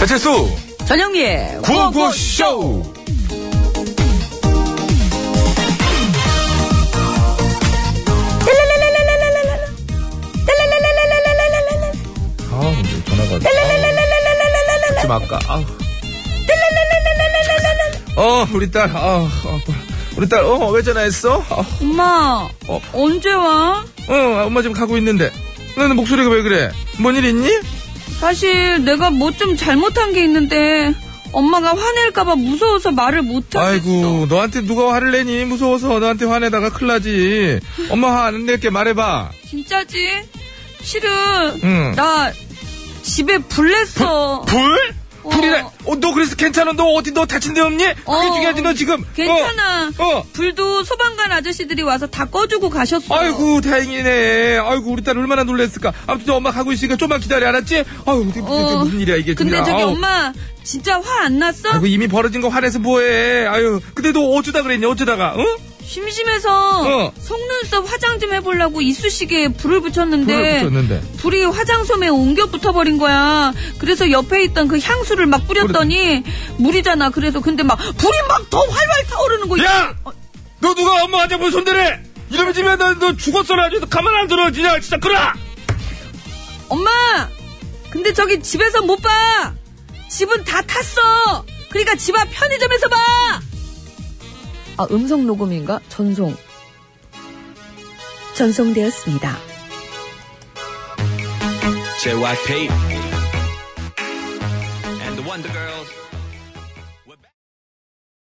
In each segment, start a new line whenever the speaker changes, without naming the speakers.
배칠수
전영미의
구호구쇼
아 이제 전화가 아, 좀 아까 아. 어 우리 딸 아, 아, 우리 딸어왜 전화했어 아,
엄마,
어.
언제 와?
어 엄마 지금 가고 있는데 너는 목소리가 왜 그래 뭔 일 있니
사실 내가 뭐 좀 잘못한 게 있는데 엄마가 화낼까봐 무서워서 말을 못하겠어.
아이고 너한테 누가 화를 내니 무서워서 너한테 화내다가 큰일 나지 엄마 화 안 낼게 말해봐
진짜지? 실은
응.
나 집에 불냈어.
불?
어.
불이래. 어, 너 그래서 괜찮아? 너 어디 너 다친 데 없니? 그게
어.
중요하지 너 지금. 어.
괜찮아.
어.
불도 소방관 아저씨들이 와서 다 꺼주고 가셨어.
아이고 다행이네. 아이고 우리 딸 얼마나 놀랬을까. 아무튼 너 엄마 가고 있으니까 좀만 기다려 알았지? 아유 이게 무슨,
어.
무슨 일이야 이게
근데
진짜.
저기
아우.
엄마 진짜 화 안 났어?
아이고 이미 벌어진 거 화내서 뭐해? 아유 근데 너 어쩌다 그랬냐 어쩌다가? 응?
심심해서
어.
속눈썹 화장 좀 해보려고 이쑤시개에 불을 붙였는데
불을 붙였는데.
불이 화장솜에 옮겨 붙어버린 거야. 그래서 옆에 있던 그 향수를 막 뿌렸더니 물이잖아. 그래서 근데 막 불이 막 더 활활 타오르는 거야.
야!
어.
너 누가 엄마 화장품 손대래? 이러면 지면 너, 너 죽었어 아주 가만 안 들어 진짜 진짜 그라.
엄마! 근데 저기 집에서 못 봐! 집은 다 탔어! 그러니까 집 앞 편의점에서 봐! 아, 음성 녹음인가? 전송. 전송되었습니다.
JYP and the Wonder Girls.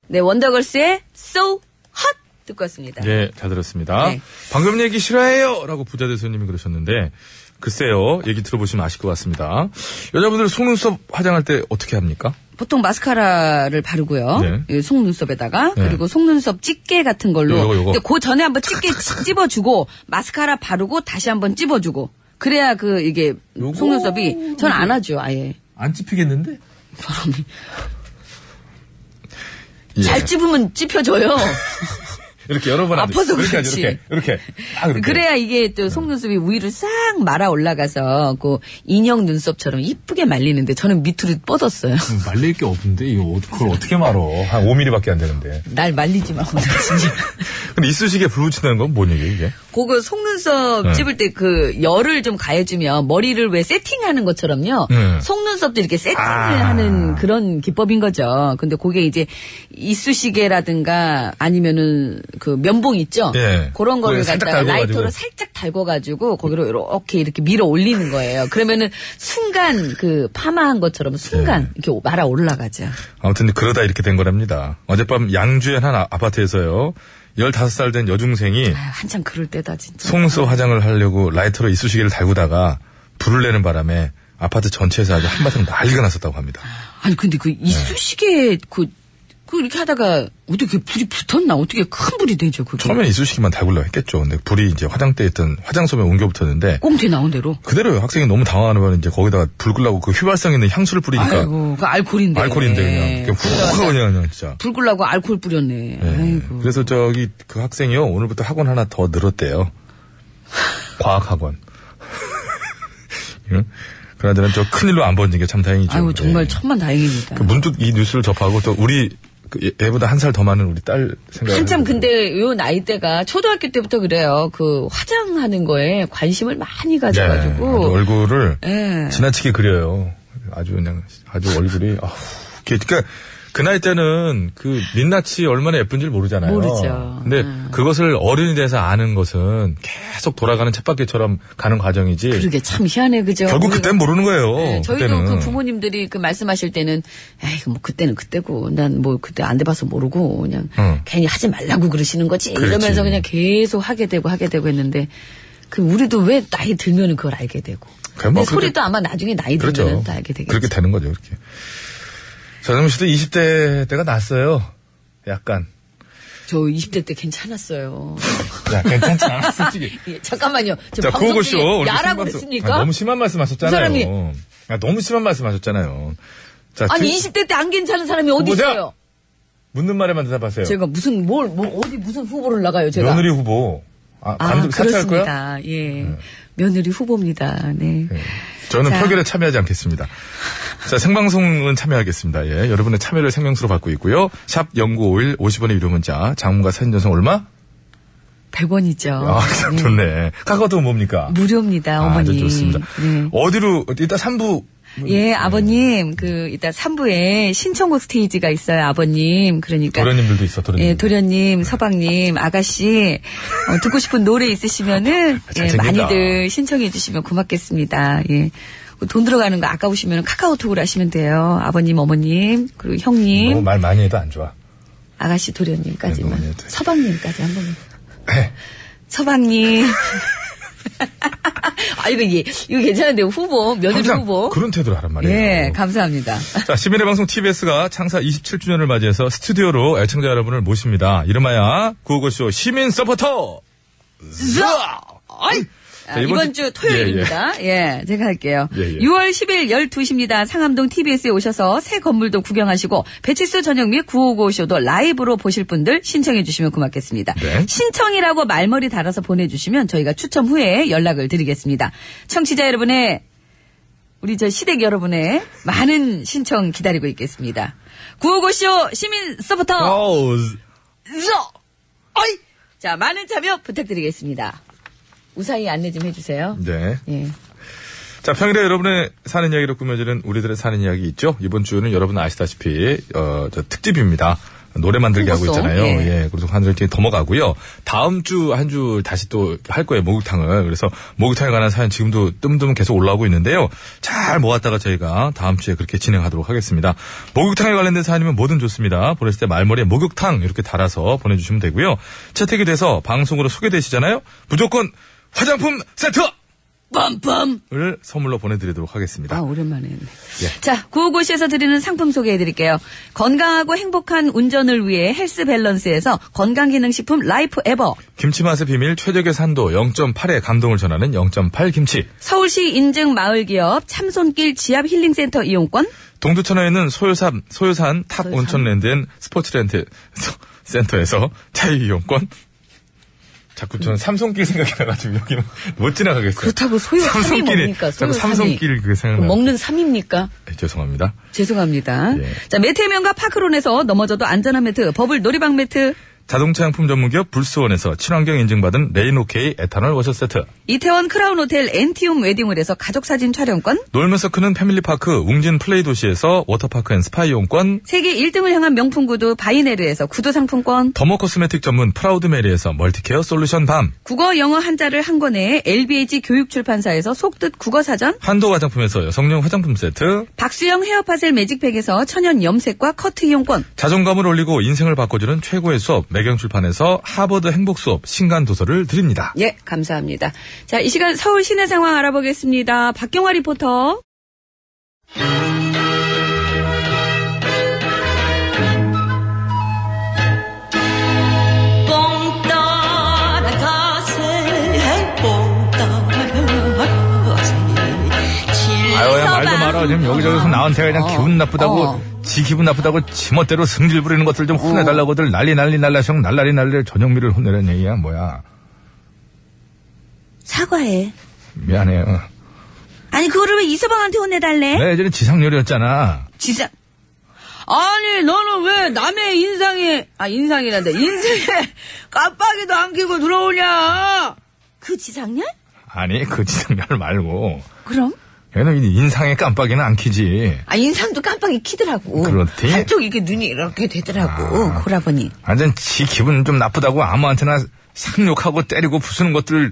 네, 원더걸스의 So Hot! 듣고 왔습니다.
예, 잘 들었습니다.
네.
방금 얘기 싫어해요! 라고 부자 대수님이 그러셨는데, 글쎄요, 얘기 들어보시면 아실 것 같습니다. 여자분들 속눈썹 화장할 때 어떻게 합니까?
보통 마스카라를 바르고요.
네.
이 속눈썹에다가
네.
그리고 속눈썹 집게 같은 걸로.
요거, 요거.
근데 그 전에 한번 집게 찝어주고 마스카라 바르고 다시 한번 찝어주고 그래야 그 이게
요거.
속눈썹이 전 안 하죠 아예.
안 찝히겠는데?
사람이
예.
잘 찝으면 찝혀져요.
이렇게 여러 번
아파서
이렇게 하죠,
그렇지.
이렇게, 이렇게. 딱 이렇게.
그래야 이게 또 속눈썹이 위로 싹 말아 올라가서 그 인형 눈썹처럼 이쁘게 말리는데 저는 밑으로 뻗었어요.
음, 말릴 게 없는데, 이거, 어- 그걸 어떻게 말어. 한 5mm밖에 안 되는데.
날 말리지 마. 오늘 진짜.
근데 이쑤시개 불 붙이는 건 뭔 얘기예요, 이게?
그거 속눈썹
네.
찝을 때 그 열을 좀 가해주면 머리를 왜 세팅하는 것처럼요.
네.
속눈썹도 이렇게 세팅을
아.
하는 그런 기법인 거죠. 근데 그게 이제 이쑤시개라든가 아니면은 그 면봉 있죠.
예.
그런 거를
거기에 살짝
갖다가
달궈가지고.
라이터로 살짝 달궈가지고 거기로 이렇게 이렇게 밀어 올리는 거예요. 그러면은 순간 그 파마한 것처럼 순간
네.
이렇게 말아 올라가죠.
아무튼 그러다 이렇게 된 거랍니다. 어젯밤 양주의 한 아- 아파트에서요, 15살 된 여중생이
아유, 한참 그럴 때다 진짜.
속눈썹 화장을 하려고 라이터로 이쑤시개를 달구다가 불을 내는 바람에 아파트 전체에서 아주 한바탕 난리가 났었다고 합니다.
아니 근데 그
네.
이쑤시개 그, 그 이렇게 하다가 어떻게 불이 붙었나 어떻게 큰 불이 되죠 그게
처음엔 이쑤시개만 달구려고 했겠죠. 근데 불이 이제 화장대에 있던 화장솜에 옮겨 붙었는데
꽁트에 나온 대로
그대로요. 학생이 너무 당황하는 바람에 이제 거기다가 불 끄려고 그 휘발성 있는 향수를 뿌리니까
아이고 그 알콜인데
그러니까
네.
알코올인데 그냥 그냥 훅 하고 그냥 그냥 진짜.
불 끌라고 알콜 뿌렸네
예.
아이고
그래서 저기 그 학생이요 오늘부터 학원 하나 더 늘었대요. 과학학원. 응? 그나저나 저 큰일로 안 번진 게 참 다행이죠.
아이고 정말
예.
천만 다행입니다
그 문득 이 뉴스를 접하고 또 우리 그 얘- 얘보다 한 살 더 많은 우리 딸 생각.
한참 근데 요 나이 때가 초등학교 때부터 그래요 그 화장하는 거에 관심을 많이 가져가지고
네. 아, 그 얼굴을
예.
지나치게 그려요. 아주 그냥 아주 얼굴이 아우 이게 그러니까 그 나이 때는 그 민낯이 얼마나 예쁜지를 모르잖아요.
모르죠.
근데
음.
그것을 어른이 돼서 아는 것은 계속 돌아가는 쳇바퀴처럼 가는 과정이지.
그러게 참 희한해 그죠?
결국 그땐 모르는 거예요.
그러니까 네, 저희도
어, 그때는.
그 부모님들이 그 말씀하실 때는 에이 뭐 그때는 그때고 난 뭐 그때 안 돼봐서 모르고 그냥
응.
괜히 하지 말라고 그러시는 거지
어. 그렇지.
이러면서 그냥 계속 하게 되고 하게 되고 했는데 그 우리도 왜 나이 들면은 그걸 알게 되고
그래, 뭐
근데
그렇게-
소리도 아마 나중에 나이
그렇죠.
들면은 다 알게 되겠죠.
그렇게 되는 거죠, 이렇게. 전현무 씨도 20대 때가 났어요. 약간.
저 20대 때 괜찮았어요.
야, 괜찮지 않아, 솔직히.
예, 잠깐만요.
자,
지금 방송
구호고쇼.
중에
오늘
야라고
심한 말씀-
그랬습니까?
아, 너무 심한 말씀 하셨잖아요.
그 사람이-
야, 너무 심한 말씀 하셨잖아요. 자,
아니
그-
20대 때 안 괜찮은 사람이 어디
후보자?
있어요?
묻는 말에만 대답하세요.
제가 무슨 뭘, 뭘 어디 무슨 후보를 나가요 제가?
며느리 후보. 아, 감독 사퇴할 거야? 네.
그렇습니다. 예. 며느리 후보입니다. 네.
예. 저는
자.
표결에 참여하지 않겠습니다. 자, 생방송은 참여하겠습니다. 예. 여러분의 참여를 생명수로 받고 있고요. 샵 0951 50원의 유료 문자, 장문과 사진 전송 얼마?
100원이죠.
아, 참 좋네. 카카오톡 뭡니까?
무료입니다,
아,
어머니.
아주 좋습니다. 네.
네.
어디로, 이따 3부.
예, 아버님, 그, 이따 3부에 신청곡 스테이지가 있어요, 아버님. 그러니까.
도련님들도 있어, 도련님.
예, 도련님, 서방님, 아가씨, 어, 듣고 싶은 노래 있으시면은,
아, 잘
예,
챙긴다.
많이들 신청해 주시면 고맙겠습니다. 예. 돈 들어가는 거 아까우시면 카카오톡으로 하시면 돼요. 아버님, 어머님, 그리고
너무
형님,
말 많이 해도 안 좋아.
아가씨
네,
도련님까지만.
너무 해도 돼.
서방님까지 한 번만.
예,
서방님. 아, 이거, 예, 이거 괜찮은데요. 후보, 며느리
항상
후보.
그런 태도를 하란 말이에요.
예, 감사합니다.
자, 시민의 방송 TBS가 창사 27주년을 맞이해서 스튜디오로 애청자 여러분을 모십니다. 이름하여 구호고쇼 시민 서포터!
아,
자,
이번 주 토요일입니다. 예, 제가 할게요.
예, 예.
6월 10일 12시입니다. 상암동 TBS에 오셔서 새 건물도 구경하시고 배치수 저녁 및 9595쇼도 라이브로 보실 분들 신청해 주시면 고맙겠습니다.
네.
신청이라고 말머리 달아서 보내주시면 저희가 추첨 후에 연락을 드리겠습니다. 청취자 여러분의 우리 저 시댁 여러분의 많은 신청 기다리고 있겠습니다. 9595쇼 시민 서포터
아우,
으어! 어이! 자, 많은 참여 부탁드리겠습니다. 우사히 안내 좀 해주세요.
네.
예.
자, 평일에 여러분의 사는 이야기로 꾸며지는 우리들의 사는 이야기 있죠? 이번 주는 여러분 아시다시피, 어, 저 특집입니다. 노래 만들기 하고
홍보송,
있잖아요.
예.
예. 그래서 한줄 뒤에 넘어가고요. 다음 주 한 주 다시 또 할 거예요. 목욕탕을. 그래서 목욕탕에 관한 사연 지금도 뜸뜸 계속 올라오고 있는데요. 잘 모았다가 저희가 다음 주에 그렇게 진행하도록 하겠습니다. 목욕탕에 관련된 사연이면 뭐든 좋습니다. 보냈을 때 말머리에 목욕탕 이렇게 달아서 보내주시면 되고요. 채택이 돼서 방송으로 소개되시잖아요. 무조건 화장품 세트!
뻔뻔!
을 선물로 보내드리도록 하겠습니다.
아, 오랜만에 했네.
예.
자, 구호고시에서 드리는 상품 소개해드릴게요. 건강하고 행복한 운전을 위해 헬스 밸런스에서 건강기능식품 라이프 에버.
김치 맛의 비밀 최적의 산도 0.8의 감동을 전하는 0.8 김치.
서울시 인증 마을기업 참손길 지압 힐링센터 이용권.
동두천에 있는 소요산 소요산 탑
소요산?
온천랜드엔 스포츠랜드 서- 센터에서 자유 이용권. 자꾸 저는 삼손길 생각이 나가지고 여기는 못 지나가겠어요.
음. 그렇다고 소요 삼이
삼손길이-
뭡니까? 소요
자꾸 삼손길 그 생각.
먹는 삼입니까?
네, 죄송합니다.
죄송합니다.
예.
자, 매트의 명가 파크론에서 넘어져도 안전한 매트, 버블 놀이방 매트,
자동차 용품 전문기업 불스원에서 친환경 인증받은 레인오케이 에탄올 워셔 세트.
이태원 크라운 호텔 엔티움 웨딩홀에서 가족사진 촬영권,
놀면서 크는 패밀리파크 웅진 플레이 도시에서 워터파크 앤 스파 이용권.
세계 1등을 향한 명품 구두 바이네르에서 구두 상품권,
더머 코스메틱 전문 프라우드 메리에서 멀티케어 솔루션 밤.
국어 영어 한자를 한 권에 LBH 교육출판사에서 속뜻 국어사전,
한도 화장품에서 여성용 화장품 세트,
박수영 헤어파셀 매직팩에서 천연 염색과 커트 이용권,
자존감을 올리고 인생을 바꿔주는 최고의 수업, 매경출판에서 하버드 행복 수업, 신간 도서를 드립니다.
예, 감사합니다. 자, 이 시간 서울 시내 상황 알아보겠습니다. 박경화 리포터.
아유, 야, 말도 말아. 지금 여기저기서 나한테 그냥
어.
기분 나쁘다고,
어.
지 기분 나쁘다고 지멋대로 승질 부리는 것들 좀 혼내달라고들 난리 난리 날라성 날라리 날리 전영미를 혼내라는 얘기야, 뭐야.
사과해.
미안해요.
아니, 그거를 왜 이서방한테 혼내달래?
내 예전에 지상렬이었잖아.
지상. 아니, 너는 왜 남의 인상에, 아, 인상이란다. 인생에 깜빡이도 안 끼고 들어오냐? 그 지상렬?
아니, 그 지상렬 말고.
그럼?
얘는 이 인상에 깜빡이는 안 키지.
아, 인상도 깜빡이 키더라고.
그렇대?
한쪽 이게 눈이 이렇게 되더라고,
아.
고라보니.
완전 지 기분 좀 나쁘다고 아무한테나 상욕하고 때리고 부수는 것들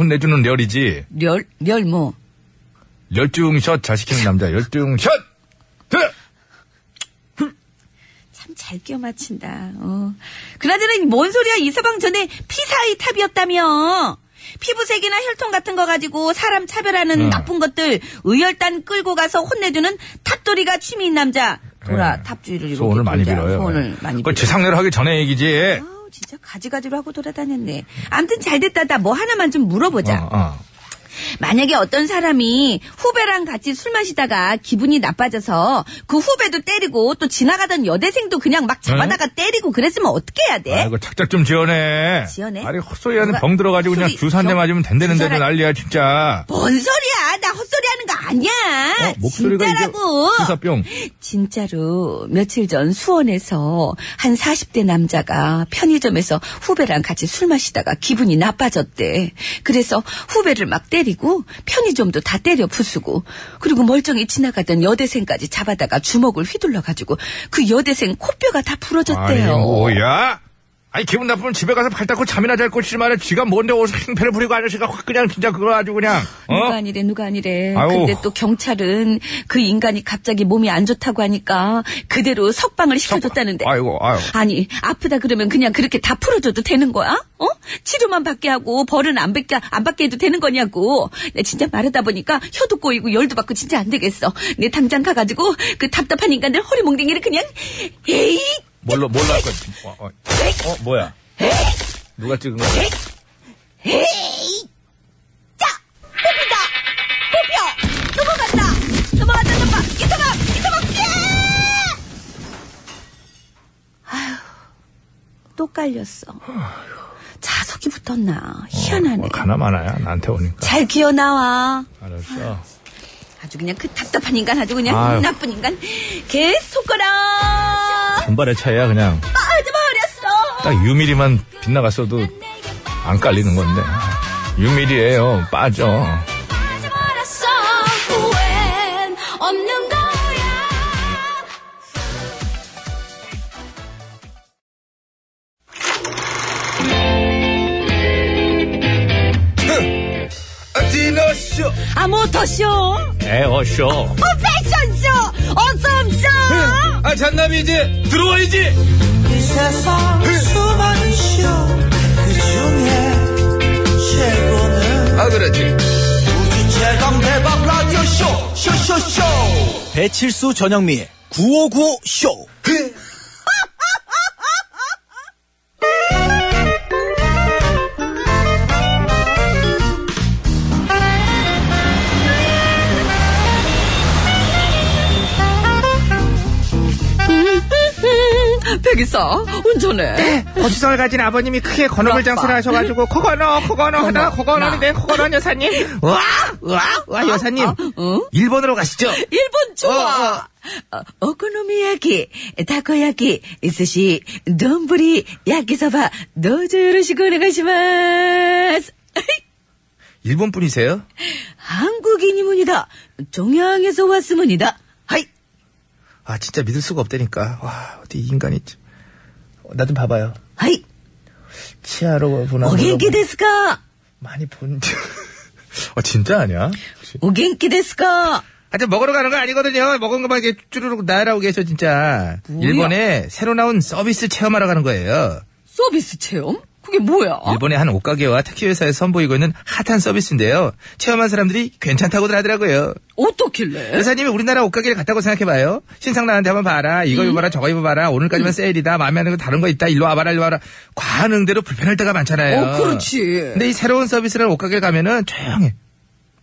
혼내주는 렬이지.
렬, 렬 뭐.
열중샷 잘 시키는 남자. 열중샷!
참 잘 끼워 맞힌다, 어. 그나저나, 뭔 소리야, 이서방 전에 피사의 탑이었다며. 피부색이나 혈통 같은 거 가지고 사람 차별하는
응.
나쁜 것들, 의열단 끌고 가서 혼내주는 탑돌이가 취미인 남자. 돌아,
예.
탑주의를 이루고.
소원을 많이 빌어요.
소원을 많이
그걸
빌어.
재상렬 하기 전에 얘기지.
아우, 진짜 가지가지로 하고 돌아다녔네. 암튼 잘 됐다다. 뭐 하나만 좀 물어보자.
어, 어.
만약에 어떤 사람이 후배랑 같이 술 마시다가 기분이 나빠져서 그 후배도 때리고 또 지나가던 여대생도 그냥 막 잡아다가 때리고 그랬으면 어떻게 해야 돼?
네. 아이고 착작 좀 지어내.
네? 지어내?
아니 헛소리하는
누가
병 들어가지고 그냥
소리,
주사 한 대
병?
맞으면 된다는데도
주사라-
난리야 진짜.
뭔 소리야? 나 헛소리 하는 거 아니야.
어, 목소리가 이제
진짜라고.
주사병.
진짜로 며칠 전 수원에서 한 40대 남자가 편의점에서 후배랑 같이 술 마시다가 기분이 나빠졌대. 그래서 후배를 막 때리고 편의점도 다 때려 부수고 그리고 멀쩡히 지나가던 여대생까지 잡아다가 주먹을 휘둘러 가지고 그 여대생 코뼈가 다 부러졌대요.
아니 뭐야? 아니 기분 나쁘면 집에 가서 발 닦고 잠이나 잘 것이지만 지가 뭔데 어디서 행패를 부리고 아저씨가 확 그냥 진짜 그거 아주 그냥
누가
어?
아니래 누가 아니래
아유.
근데 또 경찰은 그 인간이 갑자기 몸이 안 좋다고 하니까 그대로 석방을 시켜줬다는데
아이고 아유.
아니 아프다 그러면 그냥 그렇게 다 풀어줘도 되는 거야? 어? 치료만 받게 하고 벌은 안 받게 안 받게 해도 되는 거냐고. 내 진짜 말하다 보니까 혀도 꼬이고 열도 받고 진짜 안 되겠어. 내 당장 가가지고 그 답답한 인간들 허리 몽댕이를 그냥 에이
뭘로 뭘로 할 거야? 어, 어. 어, 뭐야?
네?
누가 찍은 거야?
자 뽑힌다 뽑혀 넘어간다 넘어간다 넘어 이사방 이사방 예! 아휴 또 깔렸어. 자석이 붙었나 희한하네.
뭐 가나 마나야 나한테 오니까
잘 기어 나와.
알았어.
아주 그냥 그 답답한 인간 아주 그냥
아유.
나쁜 인간 계속 거라
단발의 차이야 그냥
빠져버렸어.
딱 유미리만 빗나갔어도 안 깔리는 건데 유미리예요 빠져.
빠져버렸어 후엔 없는 거야
디너쇼
아 모터쇼,
네, 에어쇼.
어, 패션쇼, 어썸쇼.
아 잔남이 이제 들어와야지.
이 세상 수많은 쇼그 중에 최고는
아 그렇지.
우주 최강 대박 라디오 쇼 쇼쇼쇼 배칠수 전영미의 9595 쇼.
백이사 네. 음, 운전해.
거시성을 가진 아버님이 크게 건어물
그렇다.
장사를 하셔가지고 코건어 음. 코건어 하다가 코건어인데 코건어 여사님 아, 와 와 와 여사님
어?
일본으로 가시죠
일본 좋아. 어, 오코노미야키, 타코야키, 스시, 돈부리, 야키소바, 도저히시고 오네가시마스.
일본 분이세요?
한국인이문이다. 동양에서 왔습니다. 하이.
아 진짜 믿을 수가 없다니까 와 어디 이 인간이 어, 나 좀 봐봐요
하이.
치아로 보나
오
보나
겐키
보나.
ですか
많이 본
아 진짜 아니야? 혹시?
お元気ですか
하여튼 먹으러 가는 거 아니거든요 먹은 것만 이렇게 쭈르륵 나열하고 계셔 진짜 일본에 새로 나온 서비스 체험하러 가는 거예요
サービスチェオン그게뭐야
일본의 한 옷가게와 택시회사에서 선보이고 있는 핫한 서비스인데요. 체험한 사람들이 괜찮다고들 하더라고요.
어떻길래
회사님이 우리나라 옷가게를 갔다고 생각해봐요. 신상 나왔는데 한번 봐라. 이거 입어봐라. 저거 입어봐라. 오늘까지만 세일이다. 음? 마음에 안 드는 거 다른 거 있다. 일로 와봐라. 일로 와라. 과한 응대로 불편할 때가 많잖아요.
어, 그렇지.
근데 이 새로운 서비스를 옷가게 가면은 조용해.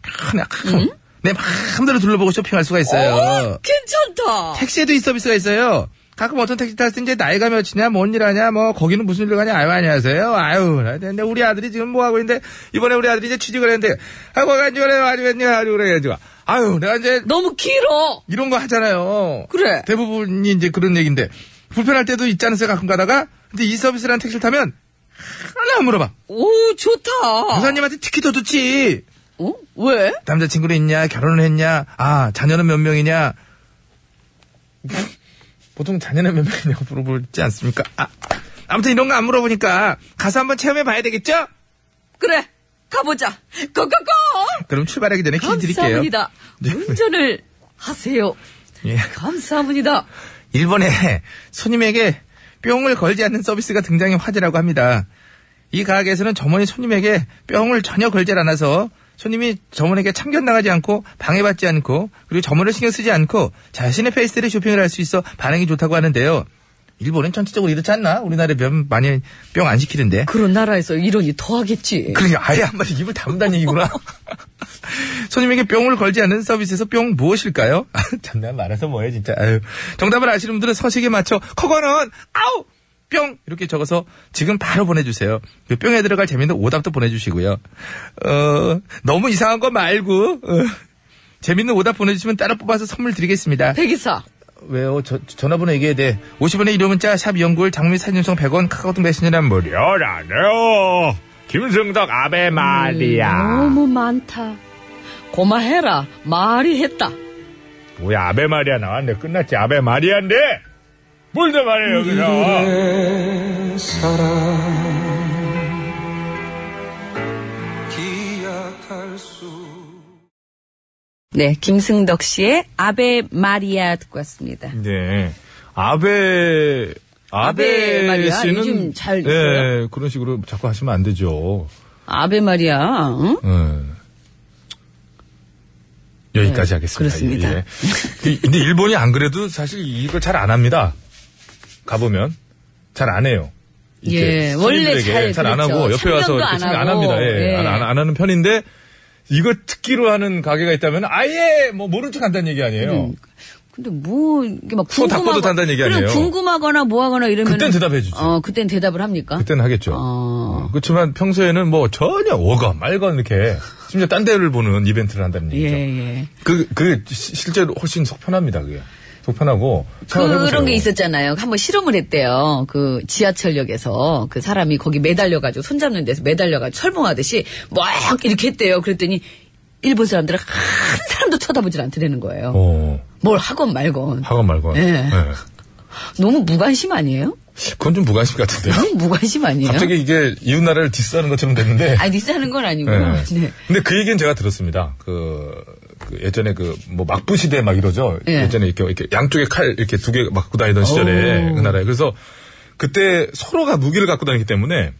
편해. 내 마음대로 둘러보고 쇼핑할 수가 있어요.
괜찮다.
택시에도 이 서비스가 있어요. 가끔 어떤 택시 탈 때 이제 나이가 몇이냐, 뭔 일 하냐, 뭐, 거기는 무슨 일로 가냐, 아유, 안녕하세요. 아유, 근데 우리 아들이 지금 뭐 하고 있는데, 이번에 우리 아들이 이제 취직을 했는데, 아이고, 가지고 그래, 아주 했냐, 아주 그래, 가지고. 아유, 내가 이제,
너무 길어.
이런 거 하잖아요.
그래.
대부분이 이제 그런 얘기인데, 불편할 때도 있지 않으세요, 가끔 가다가? 근데 이 서비스라는 택시를 타면, 하나 안 물어봐.
오, 좋다.
부사님한테 특히 더 좋지.
어? 왜?
남자친구는 있냐? 결혼을 했냐? 아, 자녀는 몇 명이냐? 보통 자녀는 몇 명이냐고 물어보지 않습니까? 아, 아무튼 이런 거 안 물어보니까 가서 한번 체험해 봐야 되겠죠?
그래, 가보자. 고고고!
그럼 출발하기 전에 퀴즈 드릴게요.
감사합니다.
네.
운전을 하세요.
예.
감사합니다.
일본에 손님에게 뿅을 걸지 않는 서비스가 등장의 화제라고 합니다. 이 가게에서는 점원이 손님에게 뿅을 전혀 걸지 않아서 어? 손님이 점원에게 참견당하지 않고 방해받지 않고 그리고 점원을 신경 쓰지 않고 자신의 페이스를 쇼핑을 할 수 있어 반응이 좋다고 하는데요. 일본은 전체적으로 이렇지 않나? 우리나라에 면 많이 뿅 안 시키는데.
그런 나라에서 이러니 더하겠지.
그러게 아예 한마디 입을 다문다는 얘기구나. 손님에게 뿅을 걸지 않은 서비스에서 뿅 무엇일까요? 아, 참나 말아서 뭐해 진짜. 아유. 정답을 아시는 분들은 서식에 맞춰 그거는 아우 뿅 이렇게 적어서 지금 바로 보내주세요. 그 뿅에 들어갈 재밌는 오답도 보내주시고요. 어 너무 이상한 거 말고 어, 재밌는 오답 보내주시면 따로 뽑아서 선물 드리겠습니다.
대기사.
왜요? 저- 전화번호 얘기해야 돼. 50원의 이료 문자 샵 연구일 장미 사진송 100원 카카오톡 메신저는 무료라네요. 김승덕 아베 마리아.
너무 많다. 고마해라. 말이 했다.
뭐야 아베 마리아 나왔는데 끝났지 아베 마리아인데. 뭘더 말해 여기서.
네, 김승덕 씨의 아베 마리아 듣고 왔습니다.
네. 아베,
아베
아베,
말이야.
씨는.
요즘
네,
잘
예, 그런 식으로 자꾸 하시면 안 되죠.
아베 마리아, 응?
예. 여기까지 하겠습니다.
그렇습니다.
예, 예. 그- 근데 일본이 안 그래도 사실 이걸 잘 안 합니다. 가보면. 잘 안 해요. 이렇게
예, 원래
손님들에게
잘
잘 안
그렇죠.
하고 옆에 와서
참견도
이렇게
안
참견 안
하고.
합니다. 예,
예.
안, 안- 안 하는 편인데 이거 듣기로 하는 가게가 있다면 아예 뭐 모른 척 한다는 얘기 아니에요.
음. 근데 뭐, 이게 막
수호 닦고도
궁금하거-
단단 얘기 아니에요?
그리고 궁금하거나 뭐하거나 이러면.
그땐 대답해 주지.
어, 그땐 대답을 합니까?
그때는 하겠죠.
어.
그렇지만 평소에는 뭐 전혀 오건 말건 이렇게 심지어 딴 데를 보는 이벤트를 한다는 얘기죠.
예, 예.
그, 그게 시- 실제로 훨씬 속편합니다, 그게. 속편하고.
그런 게 있었잖아요. 한번 실험을 했대요. 그 지하철역에서 그 사람이 거기 매달려가지고 손잡는 데서 매달려가지고 철봉하듯이 뭐 막 이렇게 했대요. 그랬더니 일본 사람들은 한 사람도 쳐다보질 않더라는 거예요.
어,
뭘 하건 말건.
하건 말건.
예.
예.
너무 무관심 아니에요?
그건 좀 무관심 같은데요?
너무 무관심 아니에요?
갑자기 이게 이웃나라를 디스하는 것처럼 됐는데.
아, 니스 하는 건 아니고.
예.
네.
근데 그 얘기는 제가 들었습니다. 그, 그 예전에 그 뭐 막부 시대 막 이러죠.
예.
예. 전에 이렇게, 이렇게 양쪽에 칼 이렇게 두 개 갖고 다니던 시절에
오.
그 나라에 그래서 그때 서로가 무기를 갖고 다니기 때문에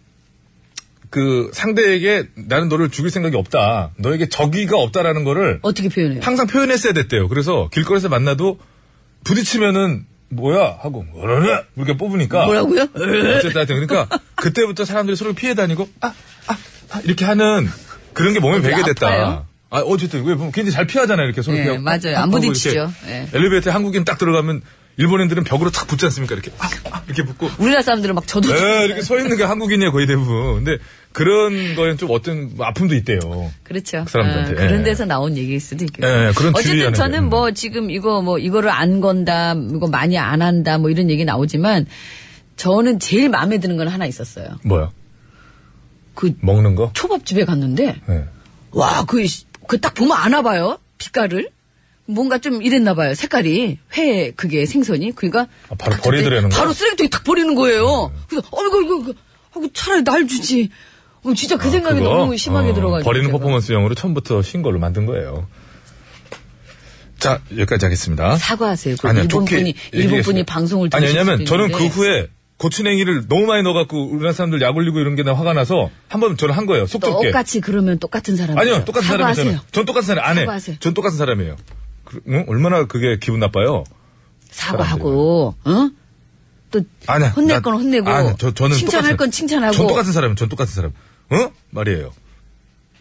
그 상대에게 나는 너를 죽일 생각이 없다. 너에게 적의가 없다라는 거를
어떻게 표현해요?
항상 표현했어야 됐대요. 그래서 길거리에서 만나도 부딪히면은 뭐야 하고 뭐라냐 이렇게 뽑으니까
뭐라고요?
어쨌든 하여튼 그러니까 그때부터 사람들이 서로 피해 다니고 아, 아, 아, 이렇게 하는 그런 게 몸에
어디
배게 됐다.
아파요?
아, 어쨌든 왜 보면 굉장히 잘 피하잖아요. 이렇게 서로
예,
피하고
맞아요.
팍
안
하고
부딪히죠.
이렇게
예.
엘리베이터에 한국인 딱 들어가면 일본인들은 벽으로 탁 붙지 않습니까? 이렇게 아, 아, 이렇게 붙고
우리나라 사람들은 막 저도.
예, 이렇게 서 있는 게 한국인이에요 거의 대부분. 근데 그런 거엔 좀 어떤 아픔도 있대요.
그렇죠.
그 사람들한테.
어, 그런
예.
데서 나온 얘기일 수도 있겠고.
예, 예, 그런
어쨌든
주의하는
저는
게.
뭐 지금 이거 뭐 이거를 안 건다, 이거 많이 안 한다, 뭐 이런 얘기 나오지만 저는 제일 마음에 드는 건 하나 있었어요.
뭐야?
그
먹는 거?
초밥집에 갔는데
예.
와, 그, 그 딱 보면 아나 봐요. 빛깔을. 뭔가 좀 이랬나 봐요. 색깔이. 회, 그게 생선이. 그니까.
아, 바로 버리더라는 네. 거야?
바로 쓰레기통에 탁 버리는 거예요. 그래서, 어이구, 이거, 이거. 하고 차라리 날 주지. 어, 진짜 그 생각이
아, 그거?
너무 심하게
어,
들어가지고.
버리는
제가.
퍼포먼스용으로 처음부터 신 걸로 만든 거예요. 자 여기까지 하겠습니다.
사과하세요. 그
아니요,
일본
좋게
분이, 일본
얘기했습니다.
분이 방송을
아니
들으실
왜냐면
수도
저는 그
있는데.
후에 고추냉이를 너무 많이 넣어갖고 우리나라 사람들 약 올리고 이런 게 나 화가 나서 한 번 저는 한 거예요. 속 좁게.
똑같이 그러면 똑같은 사람.
아니요 똑같은 사람이에요. 저는.
사과하세요.
전 똑같은 사람 안 해.
사과하세요.
전 똑같은 사람이에요. 그- 응? 얼마나 그게 기분 나빠요.
사과하고, 어? 또
아니야.
혼낼
나-
건 혼내고
아니야, 저, 저는
칭찬할
똑같은-
건 칭찬하고
전 똑같은 사람이에요. 전 똑같은 사람. 어? 말이에요.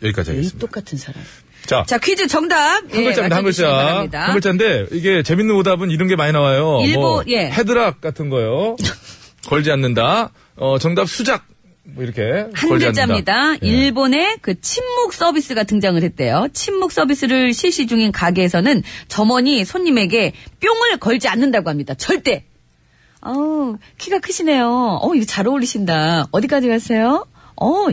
여기까지
이
하겠습니다.
똑같은 사람.
자,
자 퀴즈 정답 예,
한 글자입니다. 한 글자. 한 글자인데 이게 재밌는 오답은 이런 게 많이 나와요.
일부,
뭐
예.
헤드락 같은 거요. 걸지 않는다. 어, 정답 수작. 뭐 이렇게
한
걸지
글자입니다.
않는다. 예.
일본의 그 침묵 서비스가 등장을 했대요. 침묵 서비스를 실시 중인 가게에서는 점원이 손님에게 뿅을 걸지 않는다고 합니다. 절대. 어우, 키가 크시네요. 어, 이거 잘 어울리신다. 어디까지 가세요? 어,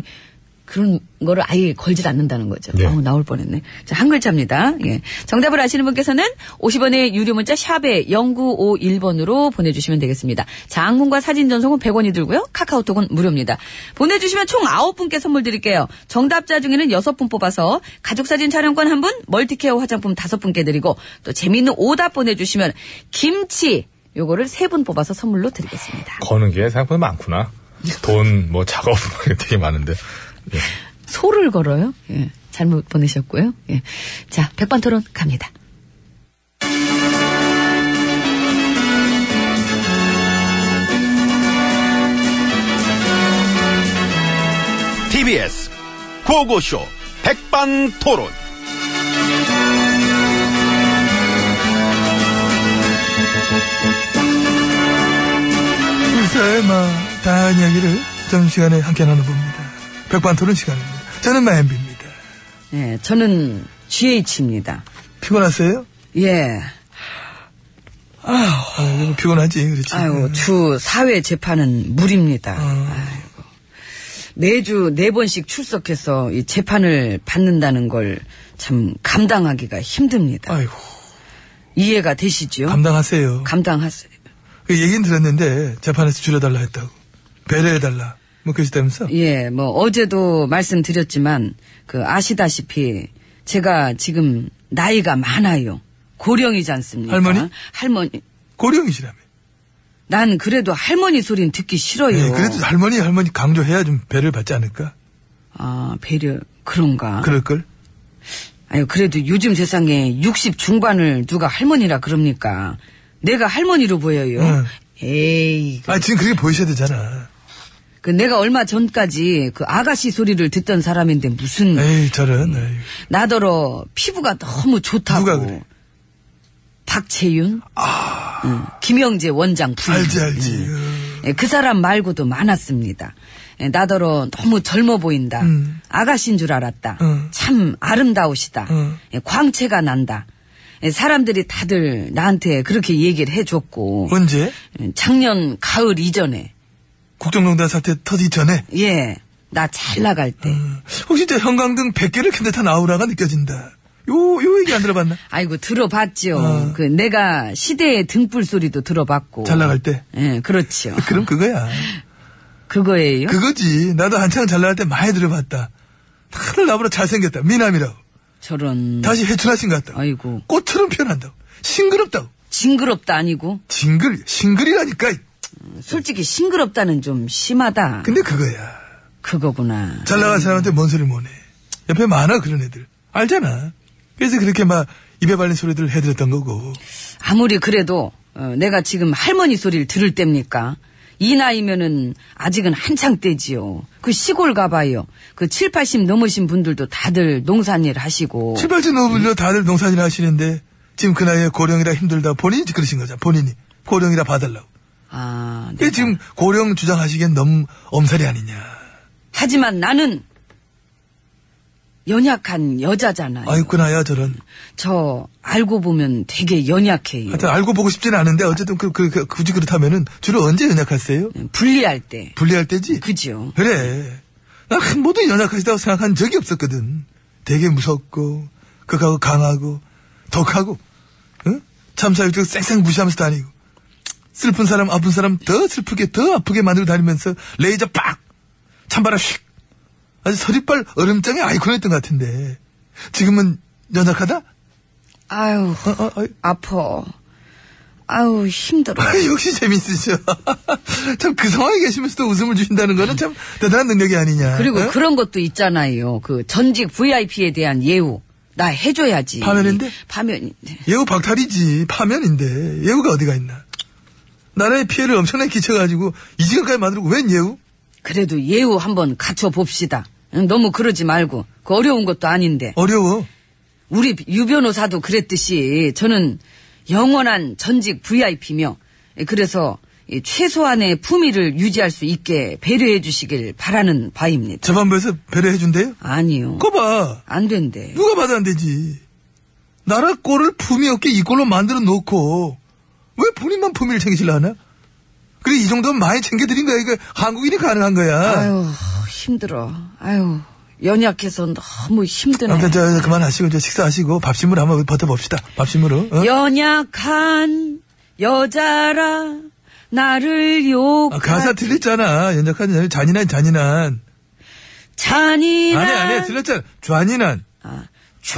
그런 거를 아예 걸질 않는다는 거죠.
네.
어우, 나올 뻔했네. 자, 한 글자입니다. 예. 정답을 아시는 분께서는 50원의 유료 문자 샵에 0951번으로 보내주시면 되겠습니다. 장문과 사진 전송은 100원이 들고요. 카카오톡은 무료입니다. 보내주시면 총 9분께 선물 드릴게요. 정답자 중에는 6분 뽑아서 가족사진 촬영권 1분, 멀티케어 화장품 5분께 드리고 또 재미있는 오답 보내주시면 김치 요거를 3분 뽑아서 선물로 드리겠습니다.
거는 게 생각보다 많구나. 돈, 뭐, 작업, 되게 많은데. 예.
소를 걸어요? 예. 잘못 보내셨고요. 예. 자, 백반 토론 갑니다.
TBS 고고쇼 백반토론.
글쎄, 마, 다양한 이야기를 점심시간에 함께 나눠봅니다. 백반토론 시간입니다. 저는 마엠비입니다.
예, 저는 GH입니다.
피곤하세요?
예.
아, 이거 피곤하지, 그렇지. 네.
아유, 주 사회 재판은 무리입니다. 아이고. 매주 네 번씩 출석해서 이 재판을 받는다는 걸 참 감당하기가 힘듭니다.
아이고,
이해가 되시죠?
감당하세요.
감당하세요.
그 얘기는 들었는데, 재판에서 줄여달라 했다고. 배려해달라. 뭐, 그러시다면서?
예, 뭐 어제도 말씀드렸지만 그 아시다시피 제가 지금 나이가 많아요. 고령이지 않습니까?
할머니?
할머니.
고령이시라며.
난 그래도 할머니 소린 듣기 싫어요.
예, 그래도 할머니, 할머니 강조해야 좀 배를 받지 않을까?
아, 배려 그런가?
그럴걸?
아유, 그래도 요즘 세상에 60 중반을 누가 할머니라 그럽니까? 내가 할머니로 보여요.
응.
에이. 그-
아, 지금 그렇게 보이셔야 되잖아.
그 내가 얼마 전까지 그 아가씨 소리를 듣던 사람인데 무슨
에이, 저런, 에이.
나더러 피부가 너무 좋다고.
누가 그래? 아.
박채윤, 응, 김영재 원장 부인.
알지, 알지.
응.
어.
예, 그 사람 말고도 많았습니다. 예, 나더러 너무 젊어 보인다.
음.
아가씨인 줄 알았다.
음.
참 아름다우시다.
음.
예, 광채가 난다. 예, 사람들이 다들 나한테 그렇게 얘기를 해줬고
언제?
예, 작년 가을 이전에
국정농단 사태 터지기 전에 음.
예 나 잘 나갈 때
혹시 저 형광등 100개를 켠 듯한 아우라가 느껴진다. 요, 요 얘기 안 들어봤나?
아이고 들어봤죠.
어.
그 내가 시대의 등불 소리도 들어봤고
잘 나갈 때.
예 그렇죠.
그럼 그거야.
그거예요.
그거지. 나도 한창 잘 나갈 때 많이 들어봤다. 다들 나보다 잘생겼다. 미남이라고.
저런
다시 해춘하신 것 같다고.
음. 아이고
꽃처럼 표현한다고. 싱그럽다고.
징그럽다 아니고
징글, 싱글이라니까.
솔직히 싱그럽다는 좀 심하다.
근데 그거야.
그거구나.
잘 나간 사람한테 뭔 소리를 못해. 옆에 많아, 그런 애들. 알잖아. 그래서 그렇게 막 입에 발린 소리들을 해드렸던 거고.
어. 아무리 그래도 어, 내가 지금 할머니 소리를 들을 때입니까? 이 나이면은 아직은 한창 때지요. 그 시골 가봐요. 그 7, 80 넘으신 분들도 다들 농산일 하시고.
칠팔0 노부들도 다들 농산일 하시는데 지금 그 나이에 고령이라 힘들다 본인이 그러신 거잖아 본인이 고령이라 봐달라고
아,
이게
내가.
예, 지금 고령 주장하시기엔 너무 엄살이 아니냐
하지만 나는 연약한 여자잖아요.
아이고 그 나야 저런
저 알고 보면 되게 연약해요.
하여튼 알고 보고 싶진 않은데 어쨌든 그, 그, 그- 굳이 그렇다면은 주로 언제 연약하세요?
분리할 때.
분리할 때지?
그죠.
그래 난 한 번도 연약하시다고 생각한 적이 없었거든 되게 무섭고 극하고 강하고 독하고 응? 참사육적 쌩쌩 무시하면서 다니고 슬픈 사람 아픈 사람 더 슬프게 더 아프게 만들고 다니면서 레이저 빡 찬바람 휙 아주 서리빨 얼음장의 아이콘이었던 것 같은데 지금은 연약하다?
아유,
어, 어, 어.
아파. 아유, 힘들어.
역시 재밌으셔 참 그 상황에 계시면서도 웃음을 주신다는 거는 참 대단한 능력이 아니냐
그리고
어?
그런 것도 있잖아요. 그 전직 VIP에 대한 예우. 나 해줘야지.
파면인데?
파면,
예우 박탈이지 파면인데 예우가 어디가 있나 나라에 피해를 엄청나게 끼쳐가지고 이 시간까지 만들고 웬 예우?
그래도 예우 한번 갖춰봅시다. 응, 너무 그러지 말고. 그 어려운 것도 아닌데.
어려워
우리 유 변호사도 그랬듯이 저는 영원한 전직 VIP며 그래서 이 최소한의 품위를 유지할 수 있게 배려해 주시길 바라는 바입니다.
재판부에서 배려해준대요?
아니요.
그거 봐
안 된대.
누가 봐도 안 되지. 나라 꼴을 품위 없게 이 꼴로 만들어 놓고, 왜 본인만 품위를 챙기실라 하나? 그래, 네. 이 정도면 많이 챙겨드린 거야. 이거 한국인이 가능한 거야.
아유 힘들어. 아유 연약해서 너무 힘드네.
아무튼 저 그만하시고 저 식사하시고 밥심으로 한번 버텨봅시다. 밥심으로. 어?
연약한 여자라 나를 욕.
아, 가사 틀렸잖아. 연작한 연 잔인한 잔인한.
잔인한.
안해 안해 틀렸잖아. 잔인한.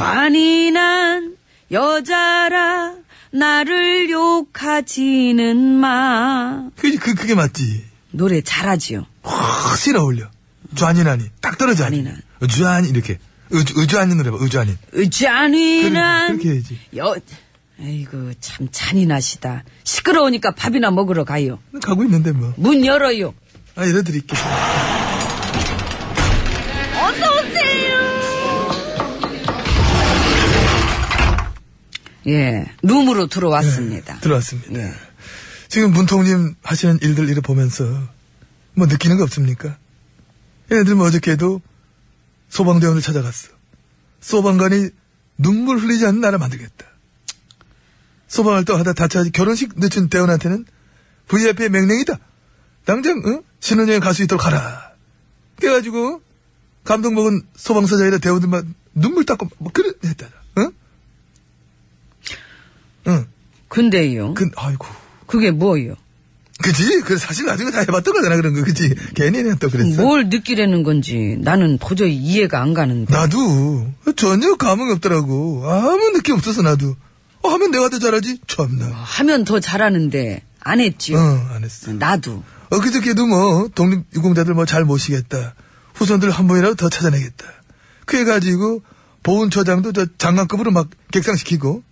잔인한 여자라 나를 욕하지는 마.
그, 그 그게 맞지.
노래 잘하지요.
확실 어울려. 잔인한이 딱 떨어져.
잔인한.
의주한 이렇게. 의주, 의주한인 노래 봐. 의주한인.
잔인한
그러니까 그렇게 해야지.
여. 아이고 참 잔인하시다. 시끄러우니까 밥이나 먹으러 가요.
가고 있는데 뭐.
문 열어요.
아 이래드릴게.
예, 룸으로 들어왔습니다.
들어왔습니다.
네.
지금 문통님 하시는 일들 이를 보면서 뭐 느끼는 거 없습니까? 얘네들 뭐 어저께도 소방대원을 찾아갔어. 소방관이 눈물 흘리지 않는 나라 만들겠다. 소방활동하다 다쳐 결혼식 늦춘 대원한테는 VIP의 맹령이다. 당장 응? 신혼여행 갈 수 있도록 하라. 그래가지고 감동 먹은 소방서장이라 대원들만 눈물 닦고 뭐 그랬 했다. 응? 응.
근데요,
그 아이고.
그게 뭐요?
그지? 그 사실 나중에 다 해봤던 거잖아 그런 거 그지? 괜히 내가 또 그랬어.
뭘 느끼려는 건지 나는 도저히 이해가 안 가는데.
나도 전혀 감흥이 없더라고. 아무 느낌 없어서 나도. 어, 하면 내가 더 잘하지? 참나.
하면 더 잘하는데 안 했지요.
어, 안 했어.
나도.
엊그저께도 뭐 독립유공자들 뭐 잘 모시겠다. 후손들 한 번이라도 더 찾아내겠다. 그래가지고 보훈처장도 저 장관급으로 막 객상시키고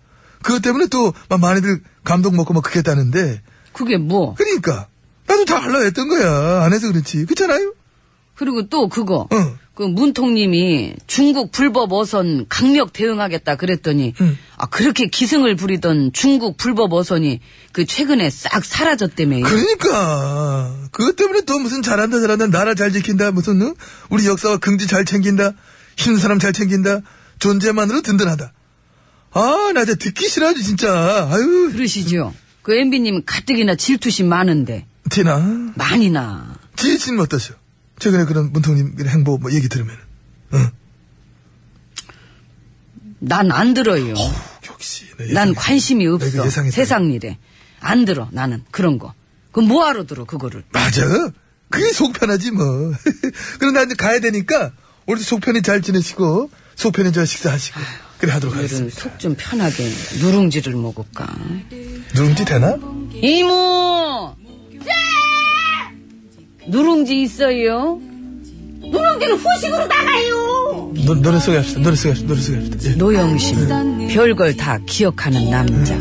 그것 때문에 또 막 많이들 감동 먹고 막 그랬다는데
그게 뭐?
그러니까 나도 다 하려고 했던 거야. 안 해서 그렇지. 그렇잖아요?
그리고 또 그거.
응.
그 문통님이 중국 불법 어선 강력 대응하겠다 그랬더니
응.
아 그렇게 기승을 부리던 중국 불법 어선이 그 최근에 싹 사라졌다며. 요
그러니까 그것 때문에 또 무슨 잘한다 잘한다 나라 잘 지킨다 무슨 응? 우리 역사와 긍지 잘 챙긴다 힘든 사람 잘 챙긴다 존재만으로 든든하다 아 나 진짜 듣기 싫어 아주 진짜 아유
그러시죠. 그 MB님 가뜩이나 질투심 많은데
티나
많이 나.
지혜씨는 어떠셔 최근에 그런 문통님 행보 뭐 얘기 들으면 응
난 안 들어요.
역시
난 관심이
내가 그
없어.
예상했다.
세상 일에. 안 들어, 나는. 그런 거. 그럼 뭐하러 들어, 그거를.
맞아 그게 속 편하지 뭐 그럼 나 이제 가야 되니까 오늘도 속 편히 잘 지내시고 속 편히 저 식사하시고 그래 하도록
오늘은
하겠습니다
속 좀 편하게 누룽지를 먹을까.
누룽지 되나?
이모! 누룽지 있어요? 누룽지는 후식으로 나가요!
노, 노래 소개 합시다. 노래 소개 합시다. 노래 소개 합시다. 예.
노영심, 별걸 다 기억하는 남자.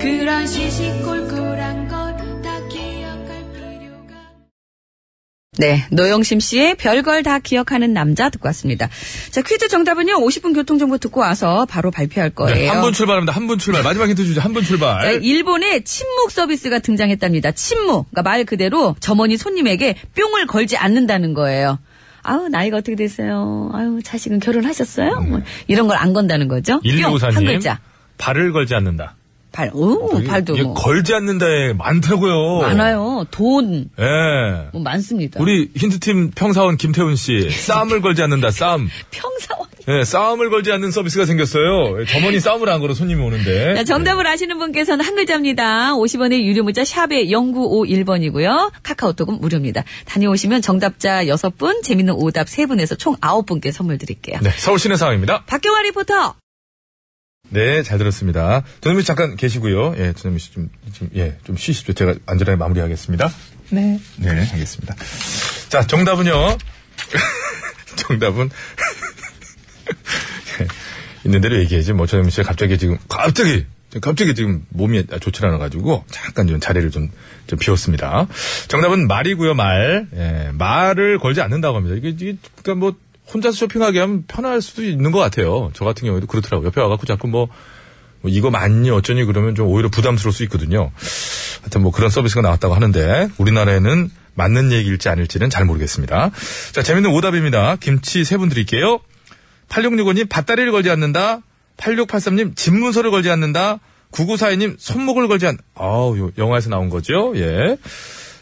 그런 시시콜콜한 걸 다 기억할 필요가
네, 노영심 씨의 별걸 다 기억하는 남자 듣고 왔습니다. 자, 퀴즈 정답은요, 50분 교통정보 듣고 와서 바로 발표할 거예요.
한 분 출발합니다. 한 분 출발. 마지막 힌트 주죠. 한 분
자,
출발.
일본의 침묵 서비스가 등장했답니다. 침묵. 그러니까 말 그대로 점원이 손님에게 뿅을 걸지 않는다는 거예요. 아우, 나이가 어떻게 되세요? 아유, 자식은 결혼하셨어요?
음.
뭐 이런 걸 안 건다는 거죠? 뿅, 한
1954님. 어,
글자.
발을 걸지 않는다.
발, 오,
이게-
발도
이게
뭐
걸지 않는다에 많더라고요.
많아요. 돈,
예.
뭐 많습니다.
우리 힌트팀 평사원 김태훈 씨. 싸움을 걸지 않는다. 싸움.
평사원.
예, 싸움을 걸지 않는 서비스가 생겼어요. 예, 점원이 싸움을 안 걸어 손님이 오는데.
자, 네, 정답을 아시는 분께서는 한 글자입니다. 50원의 유료 문자 샵에 0951번이고요. 카카오톡은 무료입니다. 다녀오시면 정답자 6분, 재밌는 오답 3분에서 총 9분께 선물 드릴게요.
네, 서울 시내 상황입니다.
박경화 리포터.
네, 잘 들었습니다. 전현미 씨 잠깐 계시고요. 예, 전현미 씨 좀, 좀, 예, 좀 쉬십시오. 제가 안전하게 마무리하겠습니다. 네. 네, 알겠습니다. 자, 정답은요. 정답은. 예, 있는 대로 얘기해야지. 뭐, 전현미 씨가 갑자기 지금, 갑자기! 갑자기 지금 몸이 좋지 않아가지고, 잠깐 좀 자리를 좀, 좀 비웠습니다. 정답은 말이고요 말. 예, 말을 걸지 않는다고 합니다. 이게, 이게, 그니까 뭐, 혼자서 쇼핑하게 하면 편할 수도 있는 것 같아요. 저 같은 경우에도 그렇더라고요. 옆에 와갖고 자꾸 뭐, 뭐 이거 맞니 어쩌니 그러면 좀 오히려 부담스러울 수 있거든요. 하여튼 뭐 그런 서비스가 나왔다고 하는데 우리나라에는 맞는 얘기일지 아닐지는 잘 모르겠습니다. 자 재밌는 오답입니다. 김치 세 분 드릴게요. 8665님 밭다리를 걸지 않는다. 8683님 집문서를 걸지 않는다. 9942님 손목을 걸지 않. 아우 요 영화에서 나온 거죠. 예.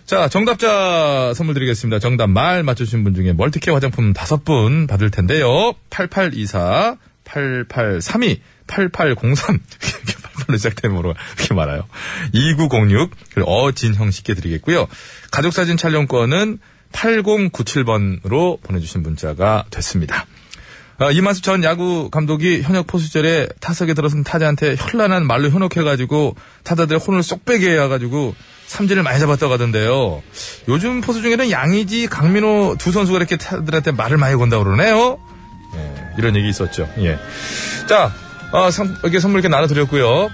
자, 정답자 선물 드리겠습니다. 정답 말 맞추신 분 중에 멀티케어 화장품 다섯 분 받을 텐데요. 8824, 8832, 8803. 이렇게 88로 시작되는 번호가 이렇게 많아요. 2906, 그리고 어진형 씨께 드리겠고요. 가족사진 촬영권은 8097번으로 보내주신 문자가 됐습니다. 아, 이만수 전 야구 감독이 현역 포수절에 타석에 들어선 타자한테 현란한 말로 현혹해가지고 타자들의 혼을 쏙 빼게 해가지고 삼진을 많이 잡았다고 하던데요. 요즘 포수 중에는 양의지, 강민호 두 선수가 이렇게 타자들한테 말을 많이 건다고 그러네요. 예, 이런 얘기 있었죠. 예. 자, 아, 상, 이렇게 선물 이렇게 나눠드렸고요.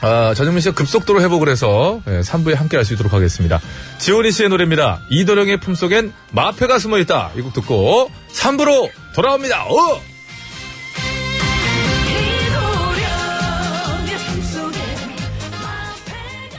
아, 전현민 씨가 급속도로 회복을 해서 예, 3부에 함께 할 수 있도록 하겠습니다. 지오니 씨의 노래입니다. 이도령의 품속엔 마패가 숨어 있다. 이 곡 듣고 3부로 돌아옵니다. 어!
이도령의 품속에 마패가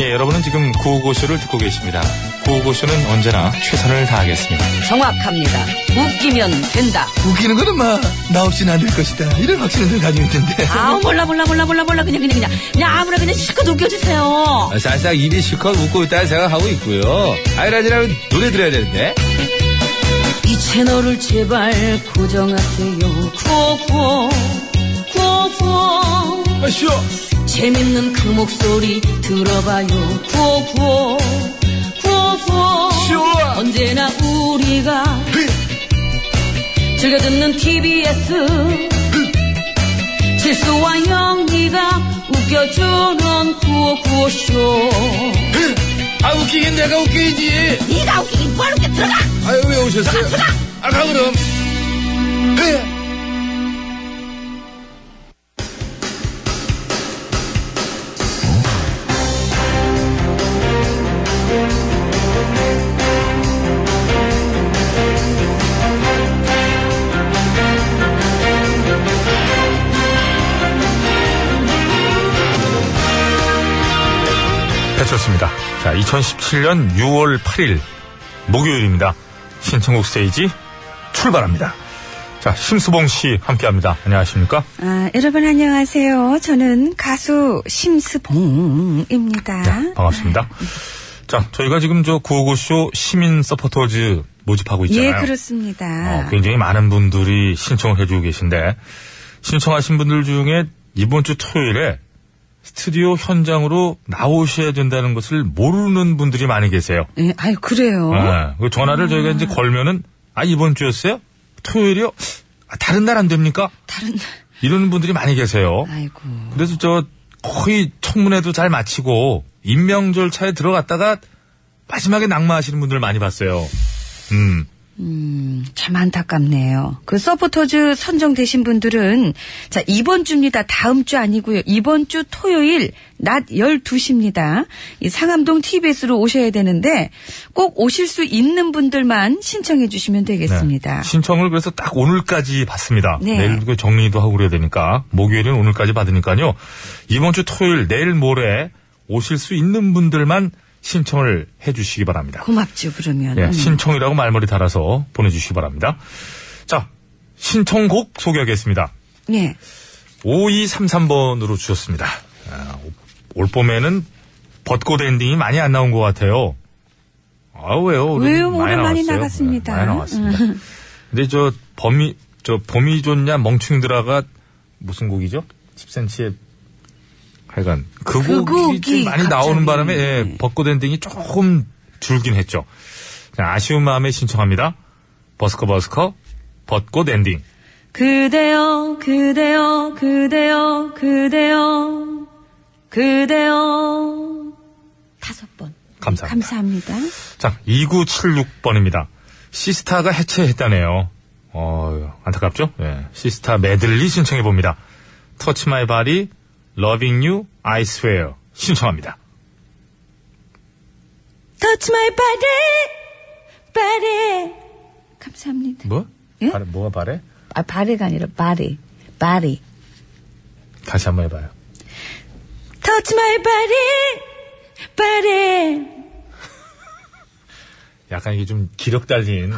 예, 여러분은 지금 구호고쇼를 듣고 계십니다. 구호고쇼는 언제나 최선을 다하겠습니다.
정확합니다. 웃기면 된다.
웃기는 거는 마 나 없이는 안 될 것이다. 이런 확신을 늘 가지고 있던데.
아 몰라 몰라 몰라 몰라 몰라 그냥 그냥 그냥 그냥 아무나 그냥 실컷 웃겨주세요.
살짝 입이 실컷 웃고 있다는 생각하고 있고요. 아이라지라면 노래 들어야 되는데.
이 채널을 제발 고정하세요. 구호구호, 구호구호. 재밌는 그 목소리 들어봐요. 구호구호, 구호구호. 언제나 우리가
네.
즐겨 듣는
네.
TBS. 실수와 영리가 웃겨주는 구호구호쇼.
아, 웃기긴 내가 웃기지.
네가 웃기긴 뭘 웃겨 들어가!
아유, 왜 오셨어요? 아, 가, 그럼.
배쳤습니다. 자, 2017년 6월 8일 목요일입니다. 신청곡 스테이지 출발합니다. 자, 심수봉 씨 함께합니다. 안녕하십니까?
아, 여러분 안녕하세요. 저는 가수 심스봉입니다.
네, 반갑습니다. 자, 저희가 지금 저 구호고쇼 시민 서포터즈 모집하고 있잖아요.
예, 그렇습니다.
아.
어, 굉장히 많은 분들이 신청을 해주고 계신데 신청하신 분들 중에 이번 주 토요일에 스튜디오 현장으로 나오셔야 된다는 것을 모르는 분들이 많이 계세요.
예, 아유 그래요.
어?
예, 그 전화를 저희가 이제 걸면은 아 이번 주였어요? 토요일이요? 아, 다른 날 안 됩니까?
다른
이러는 분들이 많이 계세요.
아이고.
그래서 저 거의 청문회도 잘 마치고 임명 절차에 들어갔다가 마지막에 낙마하시는 분들 많이 봤어요. 음.
음, 참 안타깝네요. 그 서포터즈 선정되신 분들은 자, 이번 주입니다. 다음 주 아니고요. 이번 주 토요일 낮 12시입니다. 이 상암동 TBS로 오셔야 되는데 꼭 오실 수 있는 분들만 신청해 주시면
네.
되겠습니다.
신청을 그래서 딱 오늘까지 받습니다.
네.
내일 그 정리도 하고 그래야 되니까 목요일은 오늘까지 받으니까요. 이번 주 토요일 내일 모레 오실 수 있는 분들만 신청을 해주시기 바랍니다.
고맙죠, 그러면.
예,
음.
신청이라고 말머리 달아서 보내주시기 바랍니다. 자, 신청곡 소개하겠습니다.
예.
5233번으로 주셨습니다. 아, 올 봄에는 벚꽃 엔딩이 많이 안 나온 것 같아요. 아, 왜요? 올해는
왜요? 올해 많이
나왔어요.
나갔습니다.
많이 나왔습니다. 근데 저 범이 저 범이 좋냐 멍충들아가 무슨 곡이죠? 10cm의 하여간 그 곡이,
그 곡이
좀 많이 나오는
갑자기.
바람에
네.
예, 벚꽃 엔딩이 조금 줄긴 했죠. 그냥 아쉬운 마음에 신청합니다. 버스커 버스커 벚꽃 엔딩.
그대여, 그대여, 그대여, 그대여, 그대여. 다섯 번.
감사합니다.
감사합니다.
자, 2976번입니다. 시스타가 해체했다네요. 어, 안타깝죠? 예. 시스타 메들리 신청해 봅니다. 터치 마이 바디, 러빙 유, 아이 스웨어 신청합니다.
Touch my body, body. 감사합니다.
뭐?
예?
바래, 뭐가 바래?
아, 바리가 아니라 바리. 바리.
다시 한번 해봐요.
Touch my body, body.
약간 이게 좀 기력 달린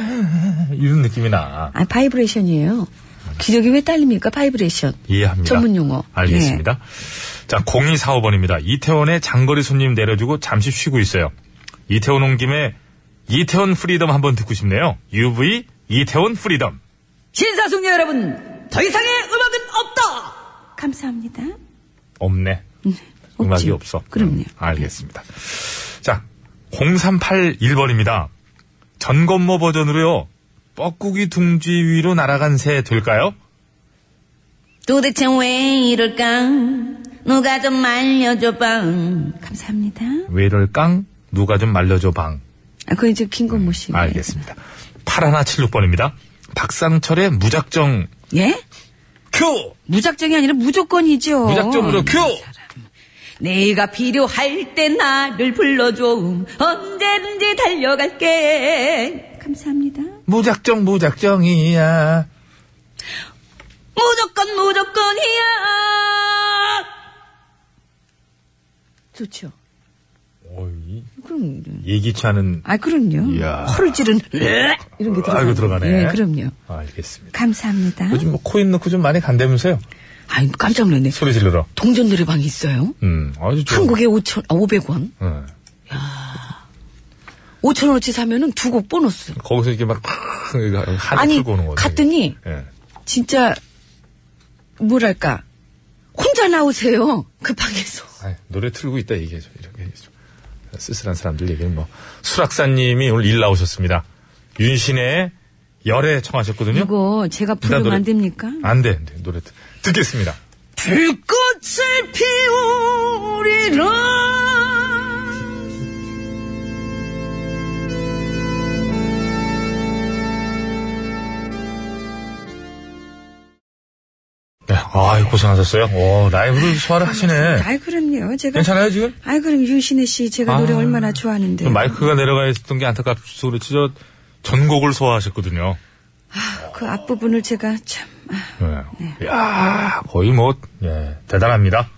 이런 느낌이 나.
아, 바이브레이션이에요. 기력이 왜 딸립니까? 바이브레이션.
이해합니다.
전문 용어. 예.
알겠습니다. 자, 0245번입니다. 이태원에 장거리 손님 내려주고 잠시 쉬고 있어요. 이태원 온 김에 이태원 프리덤 한번 듣고 싶네요. UV 이태원 프리덤.
신사숙녀 여러분, 더 이상의 음악은 없다!
감사합니다.
없네. 음악이 없어.
그럼요.
알겠습니다. 자, 0381번입니다. 전건모 버전으로요. 뻐꾸기 둥지 위로 날아간 새 될까요?
도대체 왜 이럴까? 누가 좀 말려줘봐.
감사합니다.
외럴깡 누가 좀 말려줘 방.
아, 그건 이제 김건모 씨.
알겠습니다. 8176번입니다. 박상철의 무작정
예?
큐!
무작정이 아니라 무조건이죠. 어.
무작정으로 큐!
내가 필요할 때 나를 불러줘. 언제든지 달려갈게.
감사합니다.
무작정 무작정이야.
무조건 무조건이야.
좋죠.
어이,
그럼.
예기치 않은
아, 그럼요.
이야. 예.
허를 찌른 이런 게 들어가요.
아이고, 들어가네. 아,
예, 그럼요.
알겠습니다.
감사합니다.
요즘 뭐 코인 넣고 좀 많이 간다면서요?
아이 깜짝 놀랐네.
소리 지르러.
동전 노래방이 있어요?
음, 아주 좋
한국에 5천, 아, 500원.
예.
5천원어치 사면은 두 곡 보너스.
거기서 이렇게 막, 하늘
아니,
풀고 오는 거죠.
갔더니,
예.
진짜, 뭐랄까. 혼자 나오세요. 그 방에서.
아이, 노래 틀고 있다 얘기해줘. 이렇게 얘기해줘. 쓸쓸한 사람들 얘기는 뭐. 수락사님이 오늘 일 나오셨습니다. 윤신의 열애 청하셨거든요.
이거 제가
일단
부르면
노래- 아.
안 됩니까?
안 돼, 안 돼. 노래 듣- 듣겠습니다.
불꽃을 피우리라.
네, 아이, 고생하셨어요. 오, 라이브를 소화를 하시네.
아이, 그럼요. 제가.
괜찮아요, 지금?
아이, 그럼 윤신혜 씨, 제가
아,
노래 얼마나 좋아하는데.
좀 마이크가 내려가 있었던 게 안타깝소 그렇지, 저, 전곡을 소화하셨거든요.
그 앞부분을 제가 참. 아,
네. 이야, 거의 뭐, 예, 대단합니다.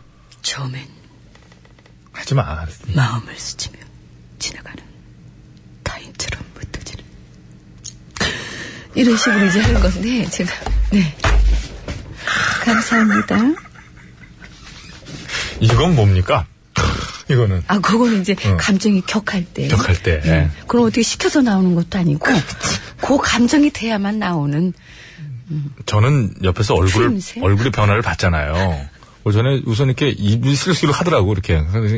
처음엔
하지 마.
마음을 스치며 지나가는 타인처럼 붙어지는. 이런 식으로 이제 하는 건데, 제가. 네. 감사합니다.
이건 뭡니까? 이거는.
아, 그거는 이제
응.
감정이 격할 때.
어. 격할 때,
예.
예.
그럼 어떻게 시켜서 나오는 것도 아니고, 그 감정이 돼야만 나오는.
저는 옆에서 얼굴,
추임새?
얼굴의 변화를 봤잖아요. 그 전에 우선 이렇게 입이 슬슬 하더라고, 이렇게. 그래서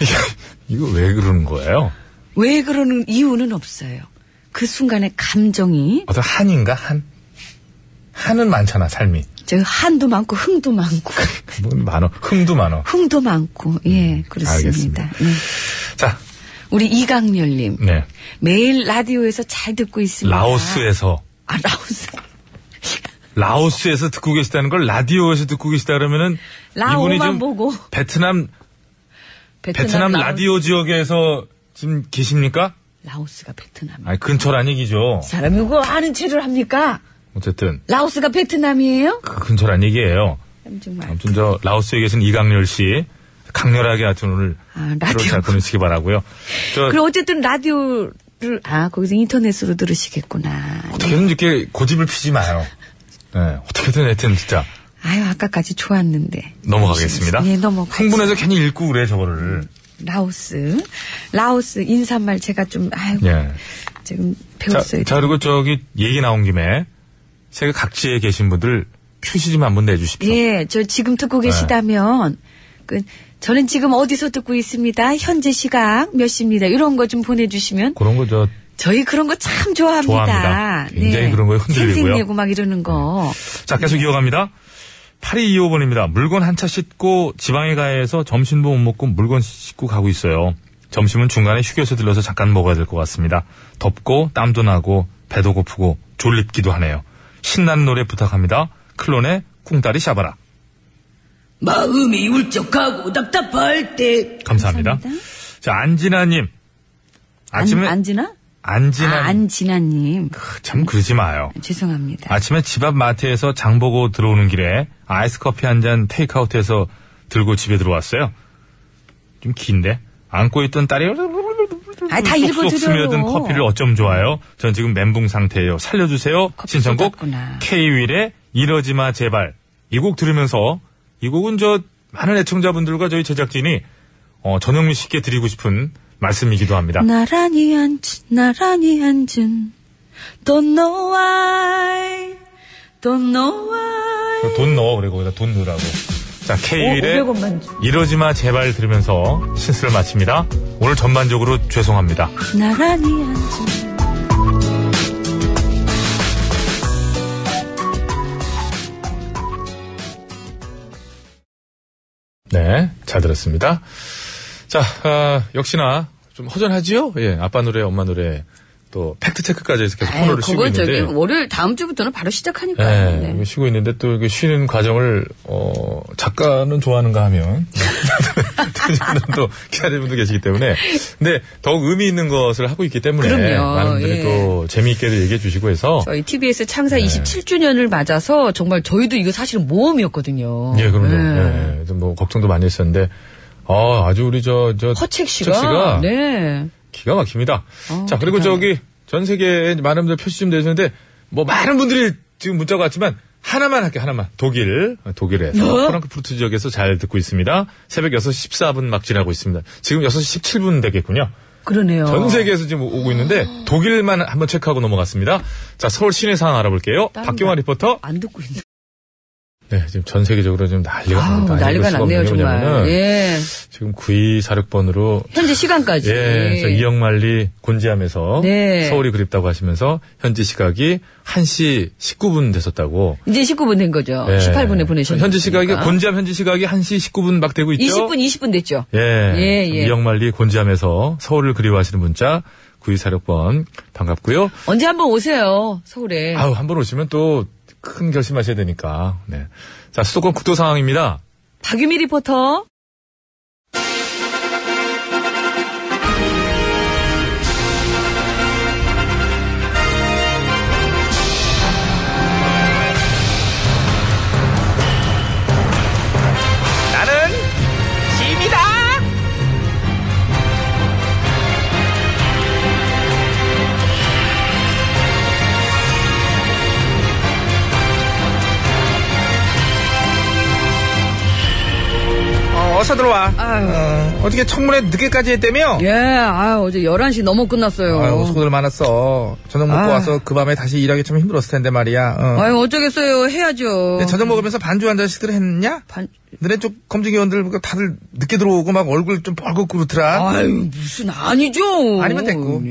이게 이거 왜 그러는 거예요?
왜 그러는 이유는 없어요. 그 순간의 감정이,
어떤 한인가? 한? 한은 많잖아, 삶이.
저 한도 많고, 흥도 많고,
뭐 많어. 흠도 많어.
흥도 많고, 예, 그렇습니다.
음, 알겠습니다.
예.
자,
우리 이강렬님.
네.
매일 라디오에서 잘 듣고 있습니다.
라오스에서
아, 라오스.
라오스에서 듣고 계시다는 걸 라디오에서 듣고 계시다 그러면은
라오만
이분이 좀
보고.
베트남 베트남,
라오스.
라디오 지역에서 지금 계십니까?
라오스가 베트남.
아니 근처란 얘기죠.
사람이 그거 아는 체를 합니까?
어쨌든
라오스가 베트남이에요?
그 근처란 얘기예요.
정말.
아무튼 저 라오스에 계신 이강렬 씨 강렬하게 하여튼 오늘
아, 라디오.
하루 잘 보내시기 바라고요. 저
그럼 어쨌든 라디오를 아 거기서 인터넷으로 들으시겠구나.
어떻게든 이렇게 고집을 피지 마요. 네, 어떻게든 하여튼 진짜
아유 아까까지 좋았는데.
넘어가겠습니다.
예 넘어가.
흥분해서 괜히 읽고 그래 저거를.
라오스 라오스 인사말 제가 좀 아유
예.
지금
자,
배웠어요.
자, 그리고 저기 얘기 나온 김에 세계 각지에 계신 분들 표시 좀 한번 내주십시오.
예, 저 지금 듣고 계시다면 그 저는 지금 어디서 듣고 있습니다. 현재 시각 몇 시입니다. 이런 거 좀 보내주시면
그런 거 저
저희 그런 거 참 좋아합니다. 네.
좋아합니다. 굉장히 그런 거에 흔들리고요.
생생내고 막 이러는 거.
자, 계속 이어갑니다. 8225번입니다. 물건 한 차 싣고 지방에 가해서 점심도 못 먹고 물건 싣고 가고 있어요. 점심은 중간에 휴게소 들러서 잠깐 먹어야 될 것 같습니다. 덥고 땀도 나고 배도 고프고 졸립기도 하네요. 신나는 노래 부탁합니다. 클론의 쿵다리 샤바라.
마음이 울적하고 답답할 때
감사합니다. 자, 안진아님. 아침에
안, 지나?
안진아
아, 안진아님.
참 그러지 마요.
죄송합니다.
아침에 집 앞 마트에서 장 보고 들어오는 길에 아이스 커피 한 잔 테이크아웃해서 들고 집에 들어왔어요. 좀 긴데 안고 있던 딸이
아, 다
쏙쏙 스며든 커피를
읽어드려요.
어쩜 좋아요. 전 지금 멘붕 상태예요. 살려주세요. 신청곡 K윌의 이러지마 제발 이 곡 들으면서 이 곡은 저 많은 애청자분들과 저희 제작진이 어, 전영미 씨께 드리고 싶은 말씀이기도 합니다.
네. 나란히 앉은, 나란히 앉은. Don't know why. Don't know why.
돈 넣어 그래 거기다 돈 넣으라고. 자 K윌의
500원만 줘.
이러지마 제발 들으면서 신스를 마칩니다. 오늘 전반적으로 죄송합니다.
나란히 앉은.
네, 잘 들었습니다. 자, 아, 역시나 좀 허전하지요? 예, 아빠 노래, 엄마 노래 또 팩트 체크까지 해서 계속 코너를 쉬고
그건 저기 뭐- 아, 네.
있는데.
월요일 다음 주부터는 바로 시작하니까요.
예,
네.
이거 쉬고 있는데 또 이거 쉬는 과정을 어, 작가는 좋아하는가 하면 또 기다리는 분도 계시기 때문에 근데 더욱 의미 있는 것을 하고 있기 때문에
그럼요,
많은 분들이
예.
또 재미있게도 얘기해 주시고 해서
저희 TBS
네.
창사 27주년을 맞아서 정말 저희도 이거 사실은 모험이었거든요.
예, 그럼요.
네.
예, 좀 뭐, 걱정도 많이 했었는데, 아, 아주 우리 저, 저.
허책 씨가,
씨가
네.
기가 막힙니다.
어,
자, 그리고 저기, 전 세계에 많은 분들 표시 좀 내주는데, 뭐, 많은 분들이 지금 문자가 왔지만, 하나만 할게요, 하나만. 독일, 독일에서,
어?
프랑크푸르트 지역에서 잘 듣고 있습니다. 새벽 6시 14분 막 지나고 있습니다. 지금 6시 17분 되겠군요.
그러네요.
전 세계에서 지금 오고 있는데, 독일만 한번 체크하고 넘어갔습니다. 자, 서울 시내 상황 알아볼게요.
다른
박경화
나-
리포터.
안 듣고 있네.
네, 지금 전 세계적으로 지금 난리가
아우,
납니다.
난리가
이럴 수가
났네요,
없는 게
정말.
뭐냐면은
예.
지금 9246번으로
현재 시간까지.
예, 저 이영만리 곤지암에서
그렇죠. 네.
서울이 그립다고 하시면서 현지 시각이 1시 19분 됐었다고.
이제 19분 된 거죠.
예.
18분에 어, 보내셨죠.
현지 시각이 곤지암 현지 시각이 1시 19분 막 되고 있죠.
20분, 20분 됐죠.
예.
예, 예.
이영만리 곤지암에서 서울을 그리워하시는 문자 9246번 반갑고요.
언제 한번 오세요, 서울에.
아우, 한 번 오시면 또 큰 결심하셔야 되니까. 네. 자, 수도권 국도 상황입니다.
박유미 리포터.
나는 짐이다. 어, 어서 들어와. 어, 어떻게 청문회 늦게까지 했다며?
예, 아유, 어제 11시 넘어 끝났어요.
아유, 수고들 많았어. 저녁 먹고
아유.
와서 그 밤에 다시 일하기 참 힘들었을 텐데 말이야. 어.
아유, 어쩌겠어요. 해야죠.
네,
근데 저녁 먹으면서 반주 한 잔씩들 했냐?
반-
너네 쪽 검증위원들 그 다들 늦게 들어오고 막 얼굴 좀 벌겋고 그렇더라.
아유, 무슨, 아니죠.
아니면 됐고.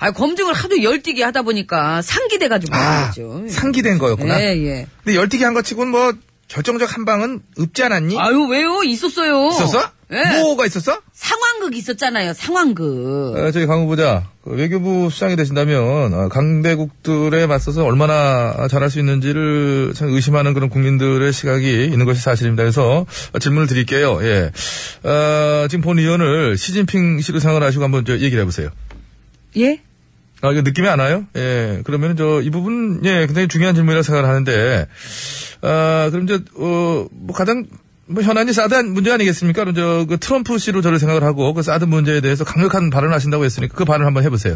아 검증을 하도 열띠게 하다 보니까 상기돼가지고.
아,
그러죠.
상기된 거였구나.
예, 예.
근데 열띠기 한 거 치고는 뭐 결정적 한 방은 없지 않았니?
아유, 왜요? 있었어요.
있었어?
예.
뭐가 있었어?
상황극 있었잖아요, 상황극.
어, 저희 강 후보자 그 외교부 수장이 되신다면 어, 강대국들에 맞서서 얼마나 잘할 수 있는지를 참 의심하는 그런 국민들의 시각이 있는 것이 사실입니다. 그래서 어, 질문을 드릴게요. 예. 어, 지금 본 의원을 시진핑 씨로 생각을 하시고 한번 저 얘기를 해보세요.
예?
아, 이거 느낌이 안 와요? 예. 그러면 저 이 부분 예 굉장히 중요한 질문이라 생각을 하는데 아 그럼 이제 어뭐 가장 뭐 현안이 사드 문제 아니겠습니까? 그럼 저그 트럼프 씨로 저를 생각을 하고 그 사드 문제에 대해서 강력한 발언을 하신다고 했으니까 그 발언 한번 해보세요.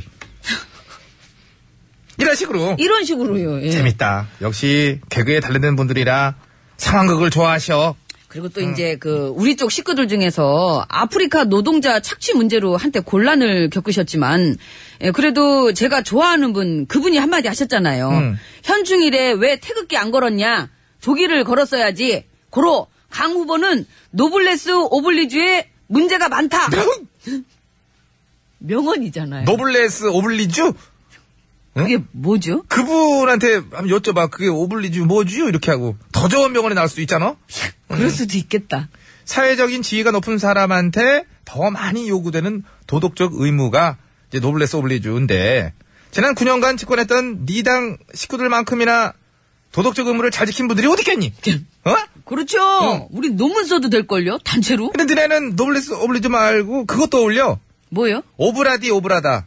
이런 식으로
이런 식으로요, 예.
재밌다. 역시 개그에 단련된 분들이라 상황극을 좋아하셔.
그리고 또 이제 그 우리 쪽 식구들 중에서 아프리카 노동자 착취 문제로 한때 곤란을 겪으셨지만 예, 그래도 제가 좋아하는 분 그분이 한마디 하셨잖아요.
음.
현충일에 왜 태극기 안 걸었냐? 조기를 걸었어야지. 고로 강 후보는 노블레스 오블리주에 문제가 많다.
네.
명언이잖아요.
노블레스 오블리주?
그게 뭐죠?
그분한테 한번 여쭤봐. 그게 오블리주 뭐지요? 이렇게 하고. 더 좋은 병원에 나올 수 있잖아?
그럴 수도 있겠다.
사회적인 지위가 높은 사람한테 더 많이 요구되는 도덕적 의무가 이제 노블레스 오블리주인데, 지난 9년간 집권했던 네 니당 식구들만큼이나 도덕적 의무를 잘 지킨 분들이 어디 있겠니?
예.
어?
그렇죠. 우리 논문 써도 될걸요? 단체로?
근데 니네는 노블레스 오블리주 말고 그것도 올려.
뭐요?
오브라디 오브라다.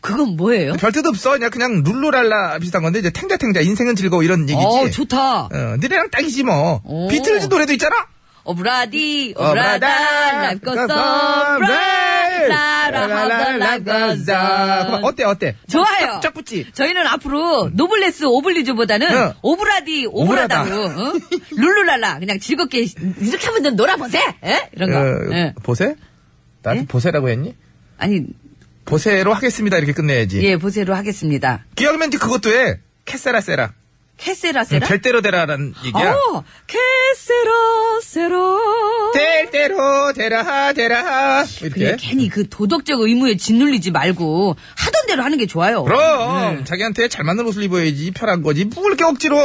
그건 뭐예요?
별 뜻 없어. 그냥, 그냥 룰루랄라 비슷한 건데, 이제 탱자탱자, 인생은 즐거워 이런 얘기지.
어, 좋다.
어, 니네랑 딱이지 뭐. 비틀즈 노래도 있잖아?
오브라디,
오브라다,
오브라다, 라이프 고스 오브라이, 사랑하고 라이프 고스
그만, 어때, 어때?
좋아요.
쫙 붙지?
저희는 앞으로 노블레스 오블리주보다는
응.
오브라디,
오브라다.
어. 오브라다로 어? 룰루랄라 그냥 즐겁게 이렇게 한번 좀 놀아보세. 예? 이런 거.
어,
예.
보세? 나한테
네?
보세라고 했니?
아니
보세로 하겠습니다. 이렇게 끝내야지.
예 보세로 하겠습니다.
기왕이면 이제 그것도 해. 캐세라 세라.
캐세라세라.
응, 될 대로 되라라는 얘기야.
어, 캐세라세라.
될 대로 되라 되라. 이렇게.
그냥 괜히 그 도덕적 의무에 짓눌리지 말고 하던 대로 하는 게 좋아요.
그럼 자기한테 잘 맞는 옷을 입어야지 편한 거지. 뭐 그렇게 억지로?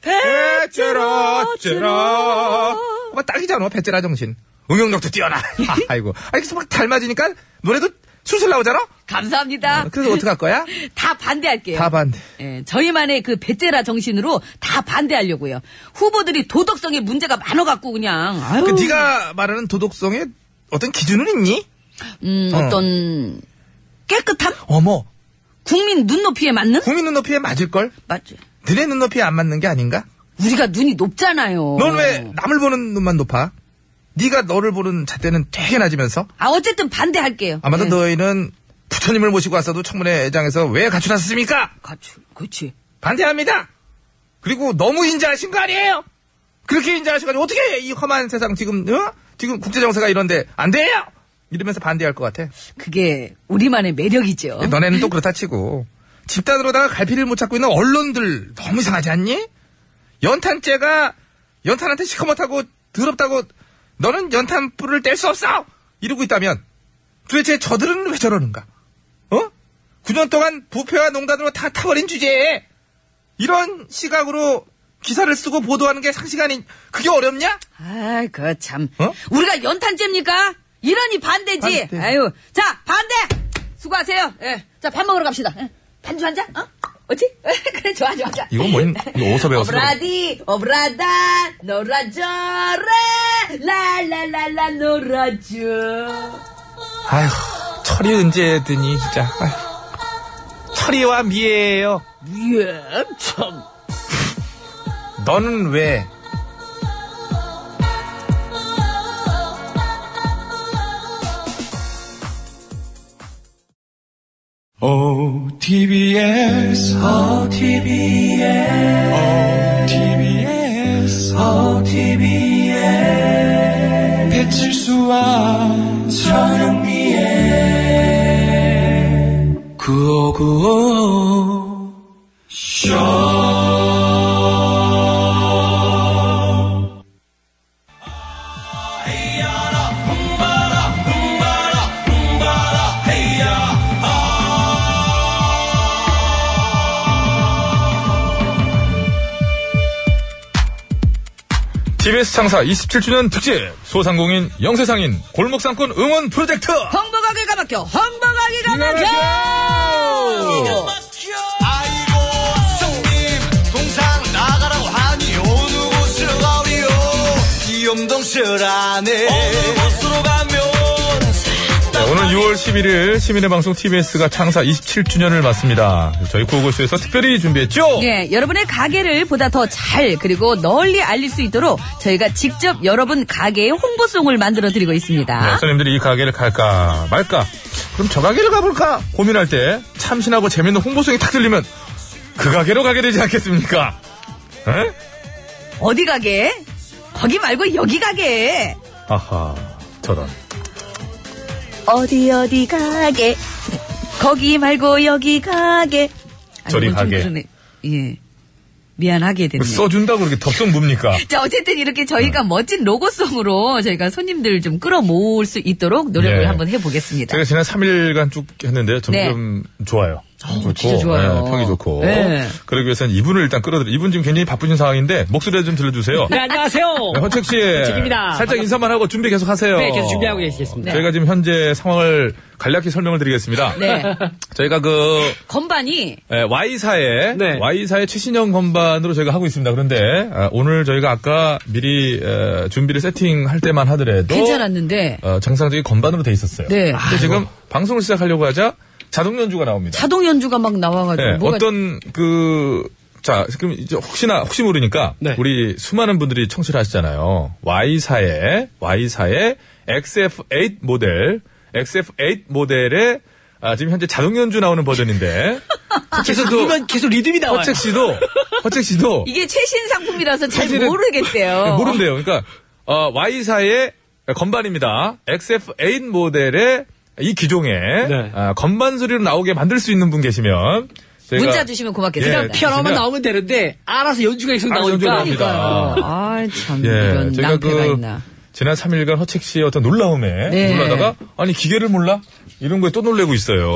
배째라 째라. 뭐 딱이잖아 배째라 정신. 응용력도 뛰어나. 아이고. 아 이렇게 막 닮아지니까 노래도 술술 나오잖아.
감사합니다.
그래서 어떻게 할 거야?
다 반대할게요.
다 반대.
예, 저희만의 그 배째라 정신으로 다 반대하려고요. 후보들이 도덕성에 문제가 많아갖고 그냥 아유.
그 네가 말하는 도덕성에 어떤 기준은 있니?
음,
어.
어떤 깨끗함?
어머.
국민 눈높이에 맞는?
국민 눈높이에 맞을 걸?
맞죠.
너네 눈높이에 안 맞는 게 아닌가?
우리가 눈이 높잖아요.
넌 왜 남을 보는 눈만 높아? 네가 너를 보는 잣대는 되게 낮으면서
아 어쨌든 반대할게요.
아마도
예.
너희는 부처님을 모시고 왔어도 청문회장에서 왜 가출하셨습니까?
가출. 그렇지.
반대합니다. 그리고 너무 인자하신 거 아니에요? 그렇게 인자하셔가지고 어떻게 이 험한 세상 지금 어? 지금 국제 정세가 이런데 안 돼요? 이러면서 반대할 것 같아.
그게 우리만의 매력이죠.
너네는 또 그렇다 치고 집단으로다가 갈피를 못 찾고 있는 언론들 너무 이상하지 않니? 연탄재가 연탄한테 시커멓다고 더럽다고 너는 연탄 불을 뗄 수 없어 이러고 있다면 도대체 저들은 왜 저러는가? 어? 9년 동안 부패와 농단으로 다 타버린 주제에 이런 시각으로 기사를 쓰고 보도하는 게 상식 아닌 그게 어렵냐?
아이, 그 참.
어?
우리가 연탄재입니까? 이러니 반대지.
반대.
아유, 자 반대. 수고하세요. 예, 자 밥 먹으러 갑시다. 예. 반주 한 잔? 어? 어찌? 그래 좋아 좋아 좋아.
이건 뭔, 이거 어디서 배웠어?
오브라디 오브라다 놀아줘라 랄랄랄라 놀아줘.
아휴, 철이 언제더니 진짜. 철이와 미애예요.
예, 참.
너는 왜?
OTBS, OTBS, OTBS, OTBS, 배칠수와 저녁미에 9595
TBS 창사 27주년 특집 소상공인 영세상인 골목상권 응원 프로젝트
헝버가게가 막혀. 헝버가게가 막혀.
네.
아이고 성님 동상 나가라고 하니 어느 곳으로 가오리요 이염동실 안에 어느 곳으로 가면
네, 오늘 6월 11일 시민의 방송 TBS가 창사 27주년을 맞습니다 저희 구호고쇼에서 특별히 준비했죠
예, 여러분의 가게를 보다 더 잘 그리고 널리 알릴 수 있도록 저희가 직접 여러분 가게의 홍보송을 만들어 드리고
네,
있습니다.
손님들이 이 가게를 갈까 말까 그럼 저 가게를 가볼까 고민할 때 참신하고 재밌는 홍보송이 탁 들리면 그 가게로 가게 되지 않겠습니까? 에?
어디 가게? 거기 말고 여기 가게.
아하, 저런.
어디 어디 가게 거기 말고 여기 가게 아니,
저리
이건 좀
가게.
그러네. 예. 미안하게 됐네요.
써준다고 그렇게 덥석 뭡니까?
자, 어쨌든 이렇게 저희가 멋진 로고송으로 저희가 손님들 좀 끌어모을 수 있도록 노력을
예.
한번 해보겠습니다.
제가 지난 3일간 쭉 했는데요.
네.
점점 좋아요.
어,
좋고,
진짜 좋아요.
예, 평이 좋고.
네.
예.
그러기 위해서는 이분을 일단 끌어들여. 이분 지금 굉장히 바쁘신 상황인데, 목소리를 좀 들려주세요.
네, 안녕하세요.
네, 헌책 씨.
헌책입니다.
살짝 인사만 하고 준비 계속 하세요.
네, 계속 준비하고 계시겠습니다.
저희가 지금 현재 상황을 간략히 설명을 드리겠습니다.
네.
저희가 그,
건반이
예, Y사의
네.
Y사의 최신형 건반으로 저희가 하고 있습니다. 그런데 아, 오늘 저희가 아까 미리 에, 준비를 세팅할 때만 하더라도
괜찮았는데
어, 정상적인 건반으로 돼 있었어요.
네.
근데
아,
지금 방송을 시작하려고 하자 자동 연주가 나옵니다.
자동 연주가 막
네.
나와가지고
예,
뭐가
어떤 그 자, 그럼 이제 혹시나 혹시 모르니까
네.
우리 수많은 분들이 청취를 하시잖아요. Y사의 Y사의 XF8 모델, XF8 모델의 아, 지금 현재 자동 연주 나오는 버전인데
계속 이만 계속 리듬이 나와요.
허책 씨도 허책 씨도
이게 최신 상품이라서 잘
사실은-
모르겠대요.
모른대요. 그러니까 어, Y사의 건반입니다. XF8 모델의 이 기종에
네.
아, 건반 소리로 나오게 만들 수 있는 분 계시면 저희가- 예.
문자 주시면 고맙겠습니다.
그냥 피아노만 나오면 되는데 알아서 연주가 계속
알아서
나오니까.
연주가 나옵니다.
그러니까요.
아, 참
예,
이런
제가
낭패가
그-
있나.
지난 3일간 허책 씨의 어떤 놀라움에
네.
놀라다가 아니 기계를 몰라 이런 거에 또 놀래고 있어요.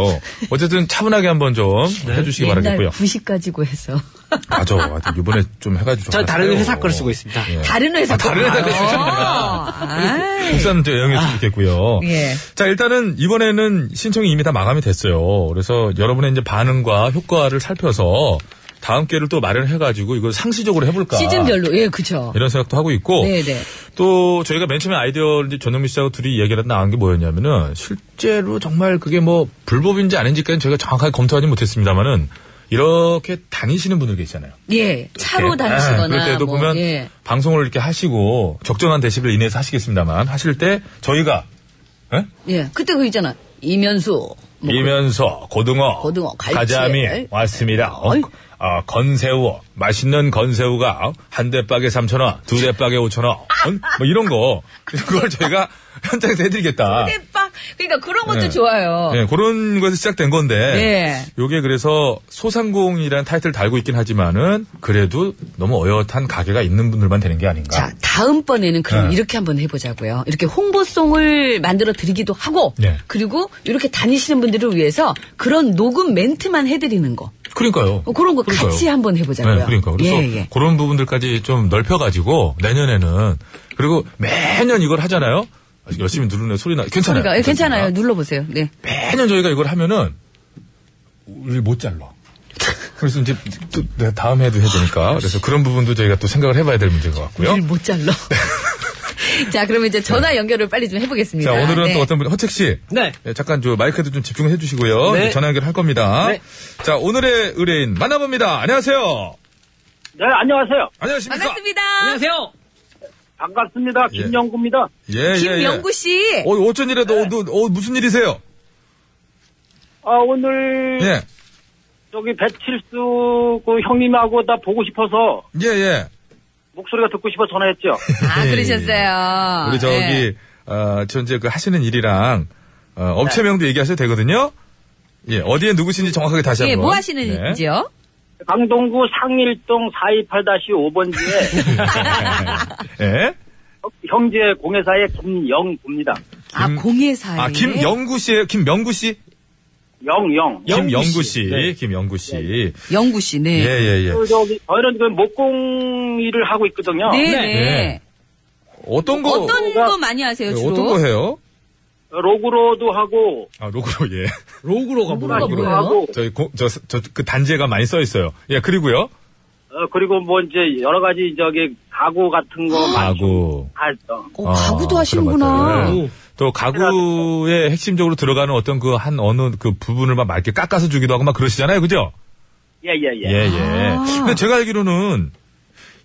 어쨌든 차분하게 한번 좀
네.
해주시기
옛날
바라겠고요.
부시 가지고 해서
맞아, 하여튼 이번에 좀 해가지고
저 다른 회사 걸 쓰고 있습니다.
다른 회사
아, 다른 회사 걸
쓰셨나요?
국산 저 영향일 수도 있겠고요.
아, 예.
자, 일단은 이번에는 신청이 이미 다 마감이 됐어요. 그래서 여러분의 이제 반응과 효과를 살펴서 다음 기회를 또 마련해가지고 이걸 상시적으로 해볼까.
시즌별로 예 그죠.
이런 생각도 하고 있고.
네네.
또 저희가 맨 처음에 아이디어 이제 전현미 씨하고 둘이 얘기를 나온 게 뭐였냐면은 실제로 정말 그게 뭐 불법인지 아닌지까지 저희가 정확하게 검토하지 못했습니다만은 이렇게 다니시는 분들 계시잖아요.
예 차로
예,
다니시거나
그럴 때도
뭐,
보면
예.
방송을 이렇게 하시고 적정한 데시벨 이내에서 하시겠습니다만 하실 때 저희가
예 그때 그 있잖아 이면수
예. 이면서 고등어,
뭐 고등어, 갈치.
가자미 왔습니다. 어, 어, 건새우 맛있는 건새우가 한 대박에 3천 원, 두 대박에 5천 원,
아.
뭐 이런 거 그걸 저희가 현장에서 해드리겠다.
빡 그러니까 그런 것도
네.
좋아요.
예, 그런 것에서 시작된 건데,
네.
요게 그래서 소상공이라는 타이틀 을 달고 있긴 하지만은, 그래도 너무 어엿한 가게가 있는 분들만 되는 게 아닌가.
다음번에는 그럼
네.
이렇게 한번 해보자고요. 이렇게 홍보송을 만들어 드리기도 하고,
네.
그리고 이렇게 다니시는 분들을 위해서 그런 녹음 멘트만 해드리는 거.
그러니까요.
어, 그런 거
그러니까요.
같이 한번 해보자고요.
네, 그러니까. 그래서
예, 예.
그런 부분들까지 좀 넓혀가지고, 내년에는, 그리고 매년 이걸 하잖아요? 열심히 누르는 소리 나, 네, 괜찮아요.
그러니까, 예, 괜찮아요. 눌러보세요. 네.
매년 저희가 이걸 하면은, 우리 못 잘라. 그래서 이제 또 네, 다음 해도 해야 되니까. 그래서 그런 부분도 저희가 또 생각을 해봐야 될 문제인 것 같고요.
우리를 못 잘라. 자, 그러면 이제 전화 연결을 빨리 좀 해보겠습니다.
네. 자, 오늘은
네.
또 어떤 분, 허책 씨. 예,
네.
잠깐 저 마이크도 좀 집중해 주시고요.
네.
이제 전화 연결할 겁니다.
네.
자, 오늘의 의뢰인 만나봅니다. 안녕하세요.
네, 안녕하세요.
안녕하십니까.
반갑습니다.
안녕하세요.
반갑습니다. 김영구입니다.
예, 예, 예.
김영구
씨.
어, 어쩐 일에도, 무슨 일이세요?
아,
음.
오늘
예.
저기 배칠수 그 형님하고 나 보고 싶어서
예, 예.
목소리가 듣고 싶어 서 전화했죠.
아, 그러셨어요.
우리
네.
저기, 어, 현재 그 하시는 일이랑, 어, 업체명도
네.
얘기하셔도 되거든요? 예, 어디에 누구신지 정확하게 다시 한번. 네.
예, 뭐
하시는지요?
강동구 상일동 428-5번지에
예?
형제 공회사의 김영구입니다.
아, 공예사에.
아, 김영구 씨예요 김명구 씨?
영영.
김영구 씨. 네. 김영구 씨.
영구 씨, 네.
예, 예, 예.
그 저기 저희는 그 목공 일을 하고 있거든요.
네, 네.
네. 어떤 거,
어떤 거 많이 하세요,
예,
주로?
어떤 거 해요?
로그로도 하고
아, 로그로, 예. 로그로가
뭐예요? 로그로가 뭐예요?
저희, 고, 저, 저, 그 단지에가 많이 써 있어요. 예, 그리고요.
어, 그리고 뭐 이제 여러 가지 저기 가구 같은 거 많이
가구.
할 어.
아, 그런 네.
하시는구나.
것들. 예. 또 가구에 핵심적으로 들어가는 어떤 그 한 어느 그 부분을 막 맑게 깎아서 주기도 하고 막 그러시잖아요. 그죠?
예, 예, 예.
예, 예. 근데 제가 알기로는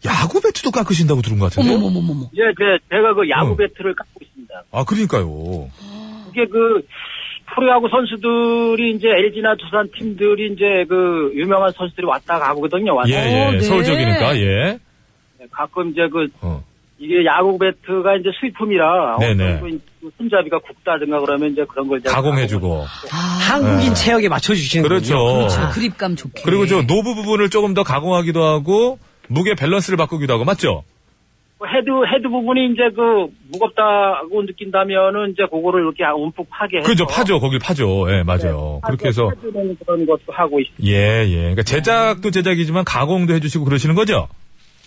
야구 배트도 깎으신다고 들은 것 같은데.
어머머머머.
예, 제, 제가 그 야구 배트를 깎고 있습니다.
아, 그러니까요.
그게 그 프로야구 선수들이 이제 LG나 두산 팀들이 이제 그 유명한 아, 선수들이 왔다 가거든요. 왔다
예, 예. 서울 쪽이니까, 예.
가끔 이제 네, 그 이게 야구 배트가 이제 수입품이라
네네.
어떤 그 손잡이가 굽다든가 그러면 이제 그런 걸 이제
가공해주고.
한국인 체형에 맞춰주시는
그렇죠.
거군요.
그렇죠.
그립감 좋게.
그리고 저 노브 부분을 조금 더 가공하기도 하고 무게 밸런스를 바꾸기도 하고 맞죠?
뭐 헤드 헤드 부분이 이제 그 무겁다고 느낀다면은 이제 그거를 이렇게 움푹 파게 해서
그죠 파죠 거길 파죠. 예 맞아요. 그렇게 해서
파주는 그런 것도 하고 있
예예. 그러니까 제작도 제작이지만 가공도 해주시고 그러시는 거죠?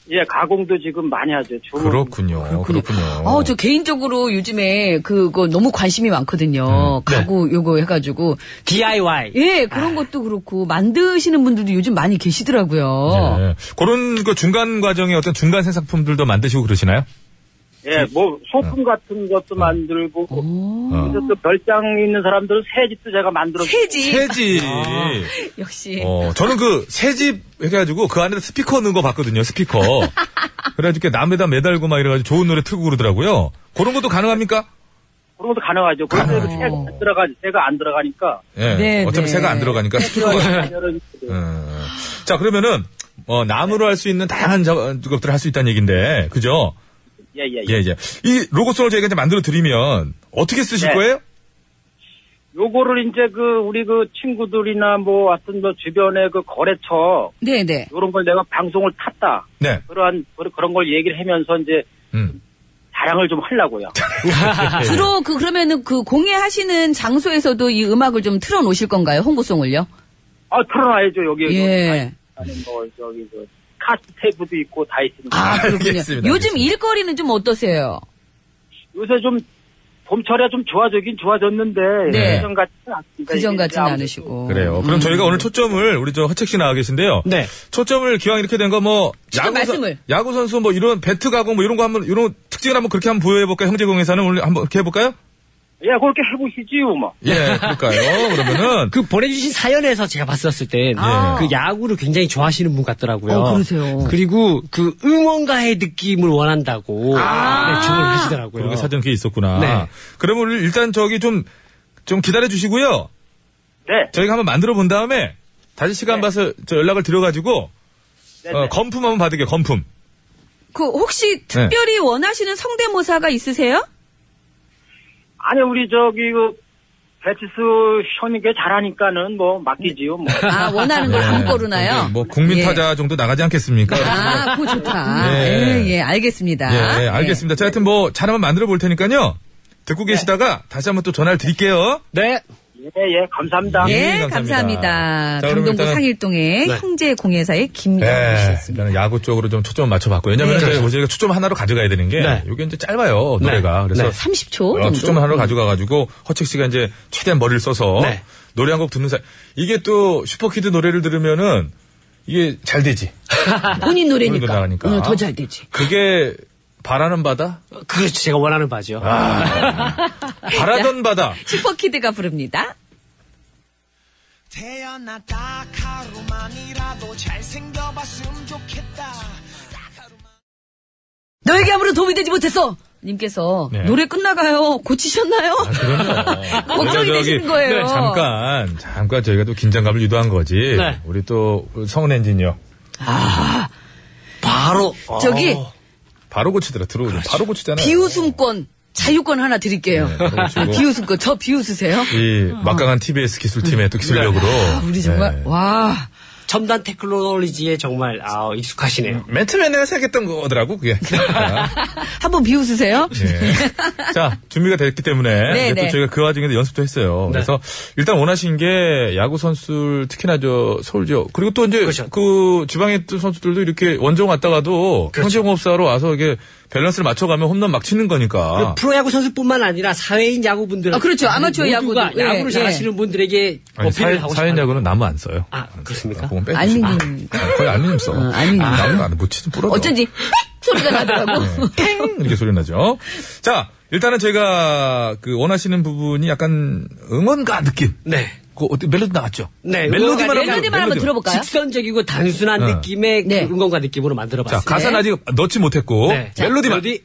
예, 가공도 지금 많이 하죠.
음.
주문.
그렇군요. 그렇군요.
어, 저 개인적으로 요즘에 그거 너무 관심이 많거든요.
음. 네.
가구 요거 해가지고.
DIY.
예,
아.
그런 것도 그렇고, 만드시는 분들도 요즘 많이
아,
계시더라고요.
예. 그런 그 중간 과정에 어떤 중간 생산품들도 만드시고 그러시나요?
예, 어. 뭐 소품 같은 것도 만들고 그래서 또 별장 있는 사람들은 새집도 제가 만들어
예.
새집
새집.
아.
역시.
네. 어, 저는 그 새집 해가지고 그 안에 스피커 넣은 거 봤거든요. 스피커. 그래가지고 이렇게 남에다 매달고 막 이래가지고 좋은 노래 틀고 그러더라고요. 그런 것도 가능합니까?
그런 것도 가능하죠. 그런데 그 새가 안 들어가 새가 안 들어가니까
예. 어차피 새가 안 들어가니까 스피커가. 음. 자 그러면은 어, 나무로 할 수 있는 다양한 작업들을 할 수 있다는 얘기인데 그죠?
예예
예, 예. 이 로고송을 저희가 이제 만들어 드리면 어떻게 쓰실
네.
거예요?
요거를 이제 그 우리 그 친구들이나 뭐 하여튼 뭐 주변에 그 거래처
네네.
요런 걸 내가 방송을 탔다.
네.
그러한 그런- 그런 걸 얘기를 하면서 이제
음.
자랑을 좀 하려고요.
네.
주로 그, 그러면은 그 공예하시는 장소에서도 이 음악을 좀 틀어놓으실 건가요? 홍보송을요?
아, 틀어놔야죠, 여기.
예.
하는 거, 저기, 그, 카트 테이프도 있고 다 있습니다.
아, 그렇군요. 요즘 일거리는 좀 어떠세요?
요새 좀, 봄철에 좀 좋아지긴 좋아졌는데,
네.
그전 같지는 않습니다.
그전
이게
같진
아무래도
않으시고. 음.
그래요. 그럼 저희가 오늘 초점을 우리 저 허책 씨 나와 계신데요.
음. 네.
초점을 기왕 이렇게 된 거 뭐
직접 말씀을.
야구 선수 뭐 이런 배트 가공 뭐 이런 거 한번 이런 특징을 한번 그렇게 한번 보여해 볼까요? 형제공에서는 오늘 한번 이렇게 해볼까요?
예, 그렇게 해보시지요, 뭐.
예, 그럴까요? 그러면은 예.
그 보내주신 사연에서 제가 봤었을 때 그
아.
야구를 굉장히 좋아하시는 분 같더라고요.
어, 그러세요.
그리고 그 응원가의 느낌을 원한다고
아.
네, 주문을 하시더라고요.
그런 게 사전 게 있었구나.
네.
그러면 오늘 일단 저기 좀 좀 기다려 주시고요.
네.
저희가 한번 만들어 본 다음에 다시 시간 봐서 저 연락을 드려가지고
네,
어, 건품 한번 받을게요. 건품.
그
네.
혹시 특별히 원하시는 성대모사가 있으세요?
아니, 우리 저기, 그, 배치수 형님께 잘하니까는 뭐, 맡기지요, 뭐.
아, 원하는 걸
네.
안고르나요?
뭐 국민
예.
타자 정도 나가지 않겠습니까?
아, 그거 좋다.
예.
예, 예, 알겠습니다.
예, 예, 알겠습니다. 자, 하여튼 뭐, 잘 한번 만들어 볼 테니까요. 듣고
네.
계시다가 다시 한번 또 전화를 드릴게요.
네.
예, 예, 감사합니다.
예,
예, 감사합니다.
감사합니다.
자, 그럼
강동구
일단은-
상일동의
네.
형제공예사의 김영희
네, 일단은 야구 쪽으로 좀 초점을 맞춰봤고요. 왜냐면
네.
저희 저희가 초점 하나로 가져가야 되는 게,
네.
이게 이제 짧아요,
네.
노래가. 그래서
네.
30초
어,
정도.
초점 하나로 가져가가지고, 허책 씨가 이제 최대한 머리를 써서
네.
노래 한 곡 듣는 사이, 이게 또 슈퍼키드 노래를 들으면은 이게 잘 되지.
본인
본인도
노래니까.
나가니까.
그러니까. 오늘 더 잘 되지.
그게 바라는 바다?
그렇죠. 제가 원하는 바죠.
아.
아,
바라던 바다.
슈퍼키드가 부릅니다.
태어났다 하루만이라도 잘생겨봤으면 좋겠다
너에게 아무런 도움이 되지 못했어. 님께서
네.
노래 끝나가요. 고치셨나요?
저희가
걱정이
저기,
되시는 거예요.
네, 잠깐, 잠깐 저희가 또 긴장감을 유도한 거지.
네.
우리 또 성은 엔지니어.
바로
저기
바로 고치더라. 들어오죠.
그렇죠.
바로 고치잖아요.
비웃음권 자유권 하나 드릴게요.
그렇죠.
아, 비웃음권 저 비웃으세요?
이 막강한 TBS 기술팀의 또 기술력으로. 네.
아,
우리 정말 어. 와
첨단 테크놀로지에 정말 아, 익숙하시네요.
맨 처음에 내가 생각했던 거더라고 그게.
한번 비웃으세요?
네. 자 준비가 됐기 때문에
네,
이제 또
네.
저희가 그 와중에도 연습도
네.
했어요. 그래서 일단 원하신 게 야구 선수 특히나 저 서울 지역 그리고 또 이제
그렇죠.
그 지방의 또 선수들도 이렇게 원정 왔다가도
그렇죠.
형제공업사로 와서 이게 밸런스를 맞춰가면 홈런 막 치는 거니까.
프로야구 선수뿐만 아니라 사회인 야구분들.
아, 그렇죠. 아마추어
모두가
야구도. 예,
야구를
예.
잘하시는 분들에게
아니,
어필을
사회-
뭐 하고 싶어요.
사회인야구는 나무 안 써요. 그러니까
아, 그렇습니까?
그건 빼주시고.
알미늄. 어,
아, 거의 알미늄 써.
알미늄.
나무 안못 치면 부러져.
어쩐지 소리가
어.
나더라고.
이렇게 소리 나죠. 자, 일단은 제가 그 원하시는 부분이 약간 응원가 느낌.
네.
그 어때 멜로디 나왔죠?
네,
멜로디만 한번 멜로디.
직선적이고 단순한
네.
느낌의 그 응원가 느낌으로 만들어봤어요.
자, 가사는 아직 넣지 못했고
네. 자,
멜로디만.
멜로디.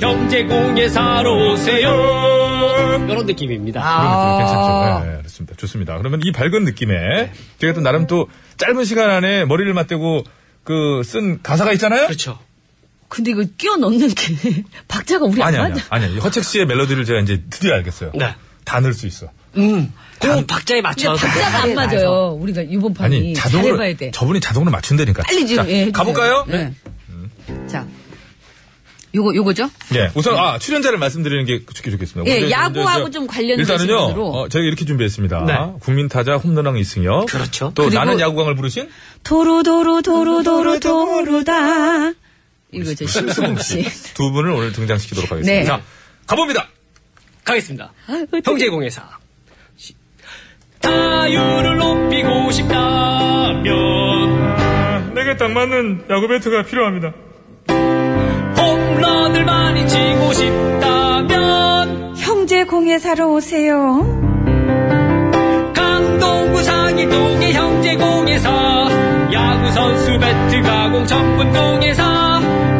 형제
계곡에 사러 오세요. 이런 느낌입니다.
아, 괜찮죠. 네, 그렇습니다. 좋습니다. 그러면 이 밝은 느낌에 제가 또 나름 또 짧은 시간 안에 머리를 맞대고 그 쓴 가사가 있잖아요.
그렇죠.
근데 이거 끼워 넣는 게 박자가 우리
아니
안
아니
맞아.
아니 허책 씨의 멜로디를 제가 이제 드디어 알겠어요. 네. 다 넣을 수 있어.
음. 그
근데
박자에 맞춰서.
박자가 안 맞아요. 우리가 이번 판이
아니
잘해
자동으로
봐야 돼.
저분이 자동으로 맞춘다니까.
빨리 좀
자,
예, 해주세요.
가볼까요? 음.
네. 자. 요거 요거죠?
예, 우선 아 출연자를 말씀드리는 게 좋게 좋겠습니다.
예,
오늘
야구하고
이제
좀 관련된
일단은요.
질문으로.
어, 저희가 이렇게 준비했습니다.
네.
국민 타자 홈런왕 이승엽. 그렇죠. 또
그리고-
나는 야구광을 부르신
도로도로 도로도로 도로다. 이거 저 심수봉 씨.
두 분을 오늘 등장시키도록 하겠습니다.
네. 아,
자, 가봅니다.
가겠습니다. 형제공회사. 시- 타율을 높이고 싶다면
내게 딱 맞는 야구 배트가 필요합니다.
홈런을 많이 치고 싶다면
형제 공예사로 오세요.
강동구 상일동의 형제공예사 야구선수 배트 가공 전문공예사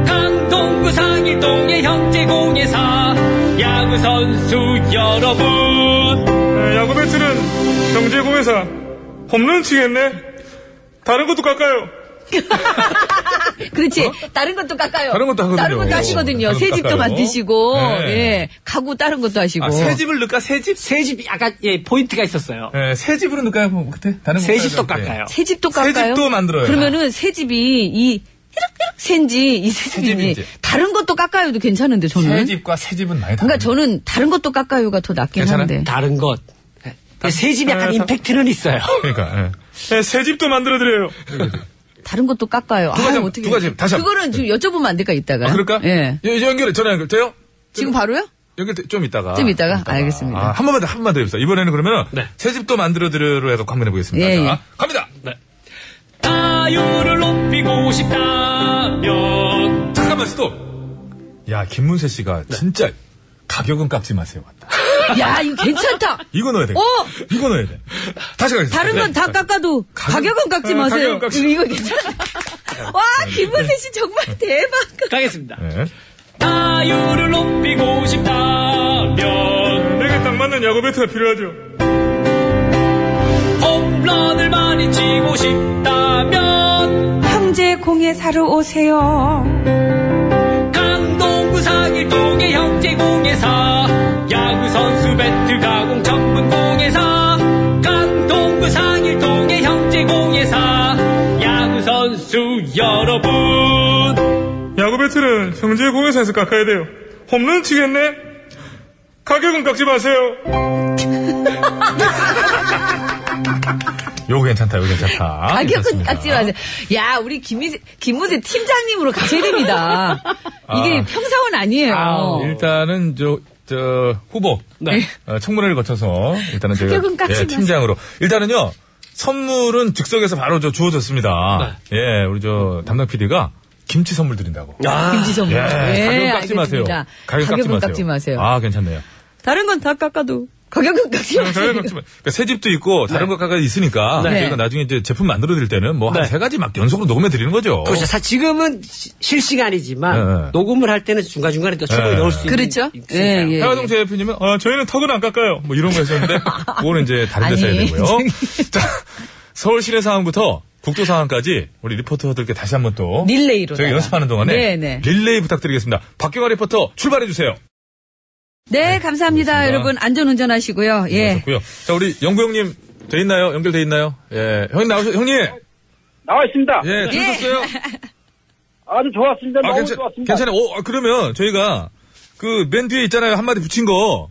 강동구 상일동의 형제공예사 야구선수 여러분
네, 야구 배트는 경제공회사 홈런 치겠네. 다른 것도 깎아요.
그렇지. 다른 것도 깎아요.
어? 다른 것도 하거든요.
다른 것도 하시거든요.
다른
새
것도
집도
깎아요.
만드시고,
네.
예. 가구 다른 것도
아,
하시고.
집을 넣을까 새 집? 새 집이 약간 예 포인트가 있었어요.
네, 새 집으로 넣을까요? 뭐 그때 다른 예.
새
거
집도
깎아요.
깎아요.
새 집도
새
깎아요.
집도 만들어요.
그러면은 새 집이 이 히럭히럭 샌지 이새 집이니
집인지.
다른 것도 깎아요도 괜찮은데 저는.
새 집과 새 집은 많이 다르
네. 그러니까 저는 다른 것도 깎아요가 더 낫긴
괜찮아요?
한데.
다른 것. 새 집이 약간
네, 다-
임팩트는 있어요.
그러니까 새 집도 만들어 드려요.
네? 다른 것도 깎아요.
누가
아,
좀-
어떻게.
누가 지금 다시 한번. 네.
그거는 지금 여쭤보면 안 될까, 이따가.
아, 그럴까?
예.
예, 이제 연결해 전화 연결돼요?
지금 바로요?
연결 좀 이따가.
좀 이따가? 알겠습니다.
아, 한 번만 더, 한 번만 더 해보세요. 이번에는 그러면
네.
새 집도 만들어 드려로 해서 한번 해보겠습니다.
예,
자, 갑니다.
네. 타율을 높이고 싶다면
잠깐만 스톱. 야 김문세 씨가
네.
진짜 가격은 깎지 마세요. 왔다.
야, 이거 괜찮다.
이거 넣어야 돼.
어!
이거 넣어야 돼. 다시 가겠습니다. 네.
다른 건 다 깎아도 가격, 은 깎지
어,
마세요.
가격은 깎지- 어.
이거 괜찮다. 와, 김문세 씨 정말 대박.
가겠습니다.
네.
타율을 높이고 싶다면
내게 딱 맞는 야구 배트가 필요하죠.
홈런을 많이 치고 싶다면
형제 공예사로 오세요.
강동구 상일동의 형제공예사 야구선수 배트 가공 전문공예사 강동구 상일동의 형제공예사 야구선수 여러분
야구 배트는 형제 공회사에서 깎아야 돼요. 홈런 치겠네? 가격은 깎지 마세요. 요거 괜찮다, 요거 괜찮다.
가격은
괜찮습니다.
깎지 마세요. 야, 우리 김문세, 김문세 팀장님으로 가셔야 됩니다. 이게
아.
평사원 아니에요.
아, 일단은 저, 저 후보 어, 청문회를 거쳐서 일단은 제가
네. 가격은 깎지
예,
마세요.
팀장으로 일단은요 선물은 즉석에서 바로 저 주어졌습니다.
네.
예, 우리 저 담당 PD가 김치 선물 드린다고.
김치 선물.
예,
예,
가격 깎지 마세요.
알겠습니다.
가격 깎지
가격은
마세요.
깎지 마세요.
아, 괜찮네요.
다른 건 다 깎아도 가격은 깎지 마세요.
그러니까 새 집도 있고 다른 것 가까이 있으니까
네.
저희가 나중에 이제 제품 만들어 드릴 때는 뭐 한
네.
세 가지 막 연속으로 녹음해 드리는 거죠.
그렇죠. 사- 지금은 시- 실시간이지만
네.
녹음을 할 때는 중간중간에 또 첨을
네.
넣을 수 있는
그렇죠?
있으니까요.
예, 예.
해화동 제 대표님은 어, 저희는 턱은 안 깎아요. 뭐 이런 거 했었는데 그거는 이제 다른 데서 해야
아니.
되고요. 자, 서울 시내 상황부터 국도 상황까지 우리 리포터들께 다시 한번 또
릴레이로.
저희 연습하는 동안에
네, 네.
릴레이 부탁드리겠습니다. 박경화 리포터 출발해 주세요.
네, 감사합니다. 여러분, 안전 운전하시고요. 예.
고요. 자, 우리 영구 형님 돼 있나요? 연결돼 있나요? 예, 형님 나오셨 형님.
나와 있습니다.
예, 들으셨어요?
아주 좋았습니다.
아,
너무
괜찮,
좋았습니다.
괜찮아요. 오, 아, 그러면 저희가 그 맨 뒤에 있잖아요. 한마디 붙인 거.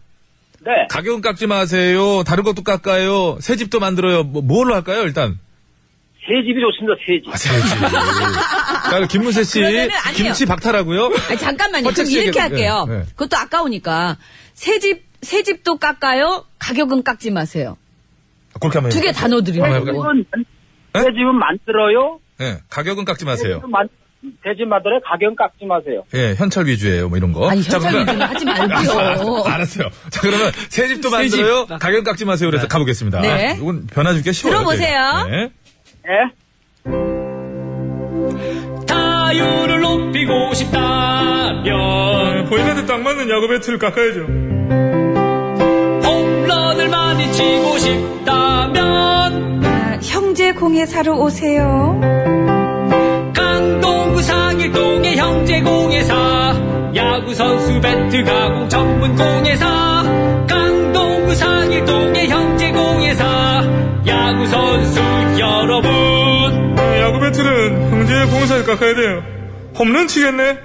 네.
가격은 깎지 마세요. 다른 것도 깎아요. 새 집도 만들어요. 뭐, 뭘로 할까요, 일단?
새 집이 좋습니다. 새 집.
새 집. 자, 김문세 씨.
그러면은 아니에요.
김치 박탈하고요.
아니, 잠깐만요.
어쨌든
그럼 이렇게
얘기해-
할게요.
예, 예.
그것도 아까우니까. 새 집, 새 집도 깎아요. 가격은 깎지 마세요.
아, 그렇게 하면.
두 개 다 넣어드리고.
한번
새
네. 해볼까요?
집은 새 집은 만들어요.
예, 가격은 깎지 마세요.
대집 만들어요. 가격은 깎지 마세요.
예, 현찰 위주예요. 뭐 이런 거.
아니,
자, 그러면-
현장님들은 하지 말고요.
알았어요. 자, 그러면 새 집도
새 집.
만들어요. 가격 깎지 마세요. 그래서 가보겠습니다.
네.
이건 변화줄게 쉬워요.
들어보세요.
네.
예?
타율을 높이고 싶다면
예,
보이는 듯
뭐 딱 맞는 야구 배트를 깎아야죠.
홈런을 많이 치고 싶다면
아,
형제 공예 사러 오세요.
강동구 상일동의 형제공예사 야구선수 배트 가공 전문 공예사 강동구 상일동의 형제공예사 야구선수 여러분
예, 야구 배틀은 형제의 공사에 깎아야 돼요. 홈런 치겠네.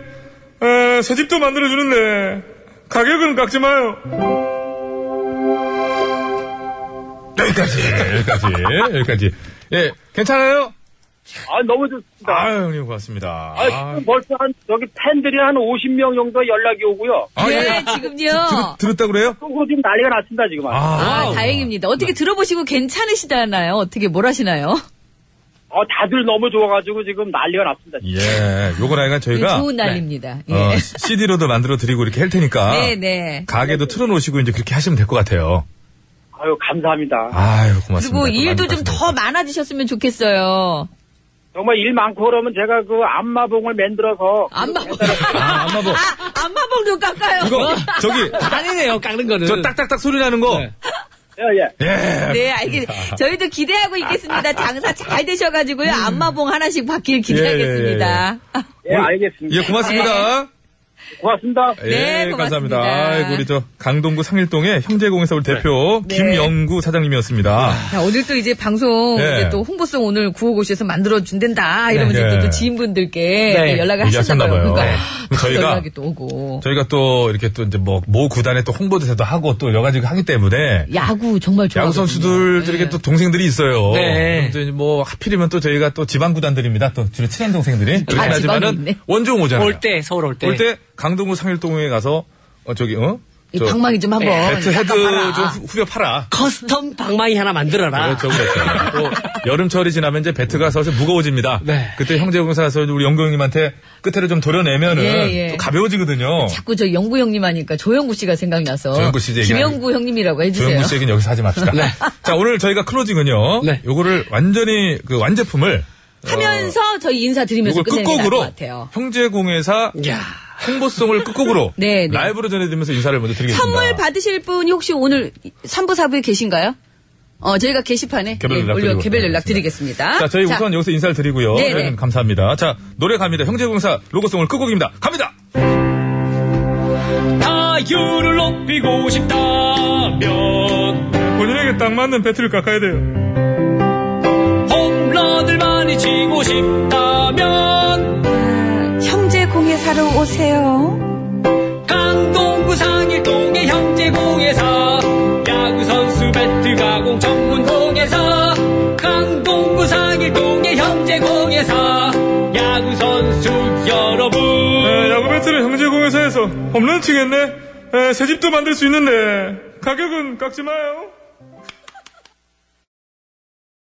아, 새 집도 만들어주는데 가격은 깎지 마요.
여기까지, 여기까지, 여기까지. 예, 괜찮아요?
아, 너무 좋습니다.
아 형님 고맙습니다.
아, 지금 벌써 한, 저기 팬들이 한 50명 정도 연락이 오고요.
아,
네, 지금요.
들었다 그래요?
속으로 지금 난리가 났습니다, 지금.
아, 다행입니다.
네.
어떻게 들어보시고 괜찮으시다나요? 어떻게 뭘 하시나요?
어, 다들 너무 좋아가지고 지금 난리가 났습니다. 지금.
예, 요건 하여간 저희가
네,
네.
좋은 날입니다. 예.
어, CD로도 만들어 드리고 이렇게 할 테니까
네, 네.
가게도 틀어놓으시고 이제 그렇게 하시면 될 것 같아요.
아유, 감사합니다.
아유 고맙습니다.
그리고 일도
많이
좀 더 많아지셨으면 좋겠어요.
정말 일 많고 그러면 제가 그 안마봉을 만들어서.
안마봉.
아, 안마봉.
아, 안마봉도 깎아요.
이거 저기
아니네요, 깎는 거는.
저 딱딱딱 소리 나는 거.
네.
예, 예.
예.
네, 알겠. 저희도 기대하고 있겠습니다. 장사 잘 되셔가지고요. 안마봉 하나씩 받길 기대하겠습니다.
예, 알겠습니다.
예, 고맙습니다.
고맙습니다.
네,
예,
고맙습니다.
감사합니다. 아이고, 우리 저 강동구 상일동의 형제공예사 우리 대표
네.
김영구 사장님이었습니다.
자, 오늘 또 이제 방송
네.
이제 또 홍보송 오늘 구호고시에서 만들어 준댄다 이러면서
네.
또, 또 지인분들께 또 연락을
얘기하셨나
네. 하셨나
봐요.
봐요. 그러니까
네.
그
저희가
연락이 또 오고.
저희가 또 이렇게 또 이제 뭐 모 구단에 또 홍보대사도 하고 또 여러 가지 하기
예.
때문에
야구 정말 좋아.
야구 선수들에게
네.
또 동생들이 있어요.
네.
또 이제 뭐 하필이면 또 저희가 또 지방 구단들입니다. 또 주로 친한 동생들이 그렇긴
아, 지방에
하지만은
있네.
원종 오잖아요.
올 때, 서울 올 때.
올 네. 때 강동구 상일동에 가서 어 저기 어
이
저
방망이 좀 한번
배트 헤드
약간 봐라.
좀 후- 후벼 팔아.
커스텀 방망이 하나 만들어라.
그렇죠, 그렇죠. 또 여름철이 지나면 이제 배트가 서서 무거워집니다.
네.
그때 형제공사에서 우리 영구 형님한테 끝에를 좀 도려내면은
예, 예.
또 가벼워지거든요.
자꾸 저 영구 형님 하니까 조영구 씨가 생각나서
조영구 씨 이제 얘기하는-
김영구 형님이라고 해주세요. 네.
조영구 씨 얘기는 여기서 하지 맙시다. 자, 오늘 저희가 클로징은요.
네.
요거를 완전히 그 완제품을
하면서 저희 인사드리면서
요걸
끝내는 게 나을 것
끝곡으로
같아요.
형제공회사
야.
홍보송을 끝곡으로
네, 네.
라이브로 전해드리면서 인사를 먼저 드리겠습니다.
선물 받으실 분이 혹시 오늘 3부, 4부에 계신가요? 어, 저희가 게시판에 예,
개별 연락
올려
드리고.
개별
네,
연락 드리겠습니다.
자, 저희 우선 여기서 인사를 드리고요.
네, 네.
여러분 감사합니다. 자, 노래 갑니다. 형제공사 로고송을 끝곡입니다. 갑니다!
타율을 높이고 싶다면
본인에게 딱 맞는 배트를 깎아야 돼요.
홈런을 많이 치고 싶다면
형제 공예 사러 오세요.
강동구 상일동의 형제공예사 야구선수 배트 가공 전문공예사 강동구 상일동의 형제공예사 야구선수 여러분
에, 야구 배틀은 형제공회사에서 홈런 치겠네. 에, 새 집도 만들 수 있는데 가격은 깎지 마요.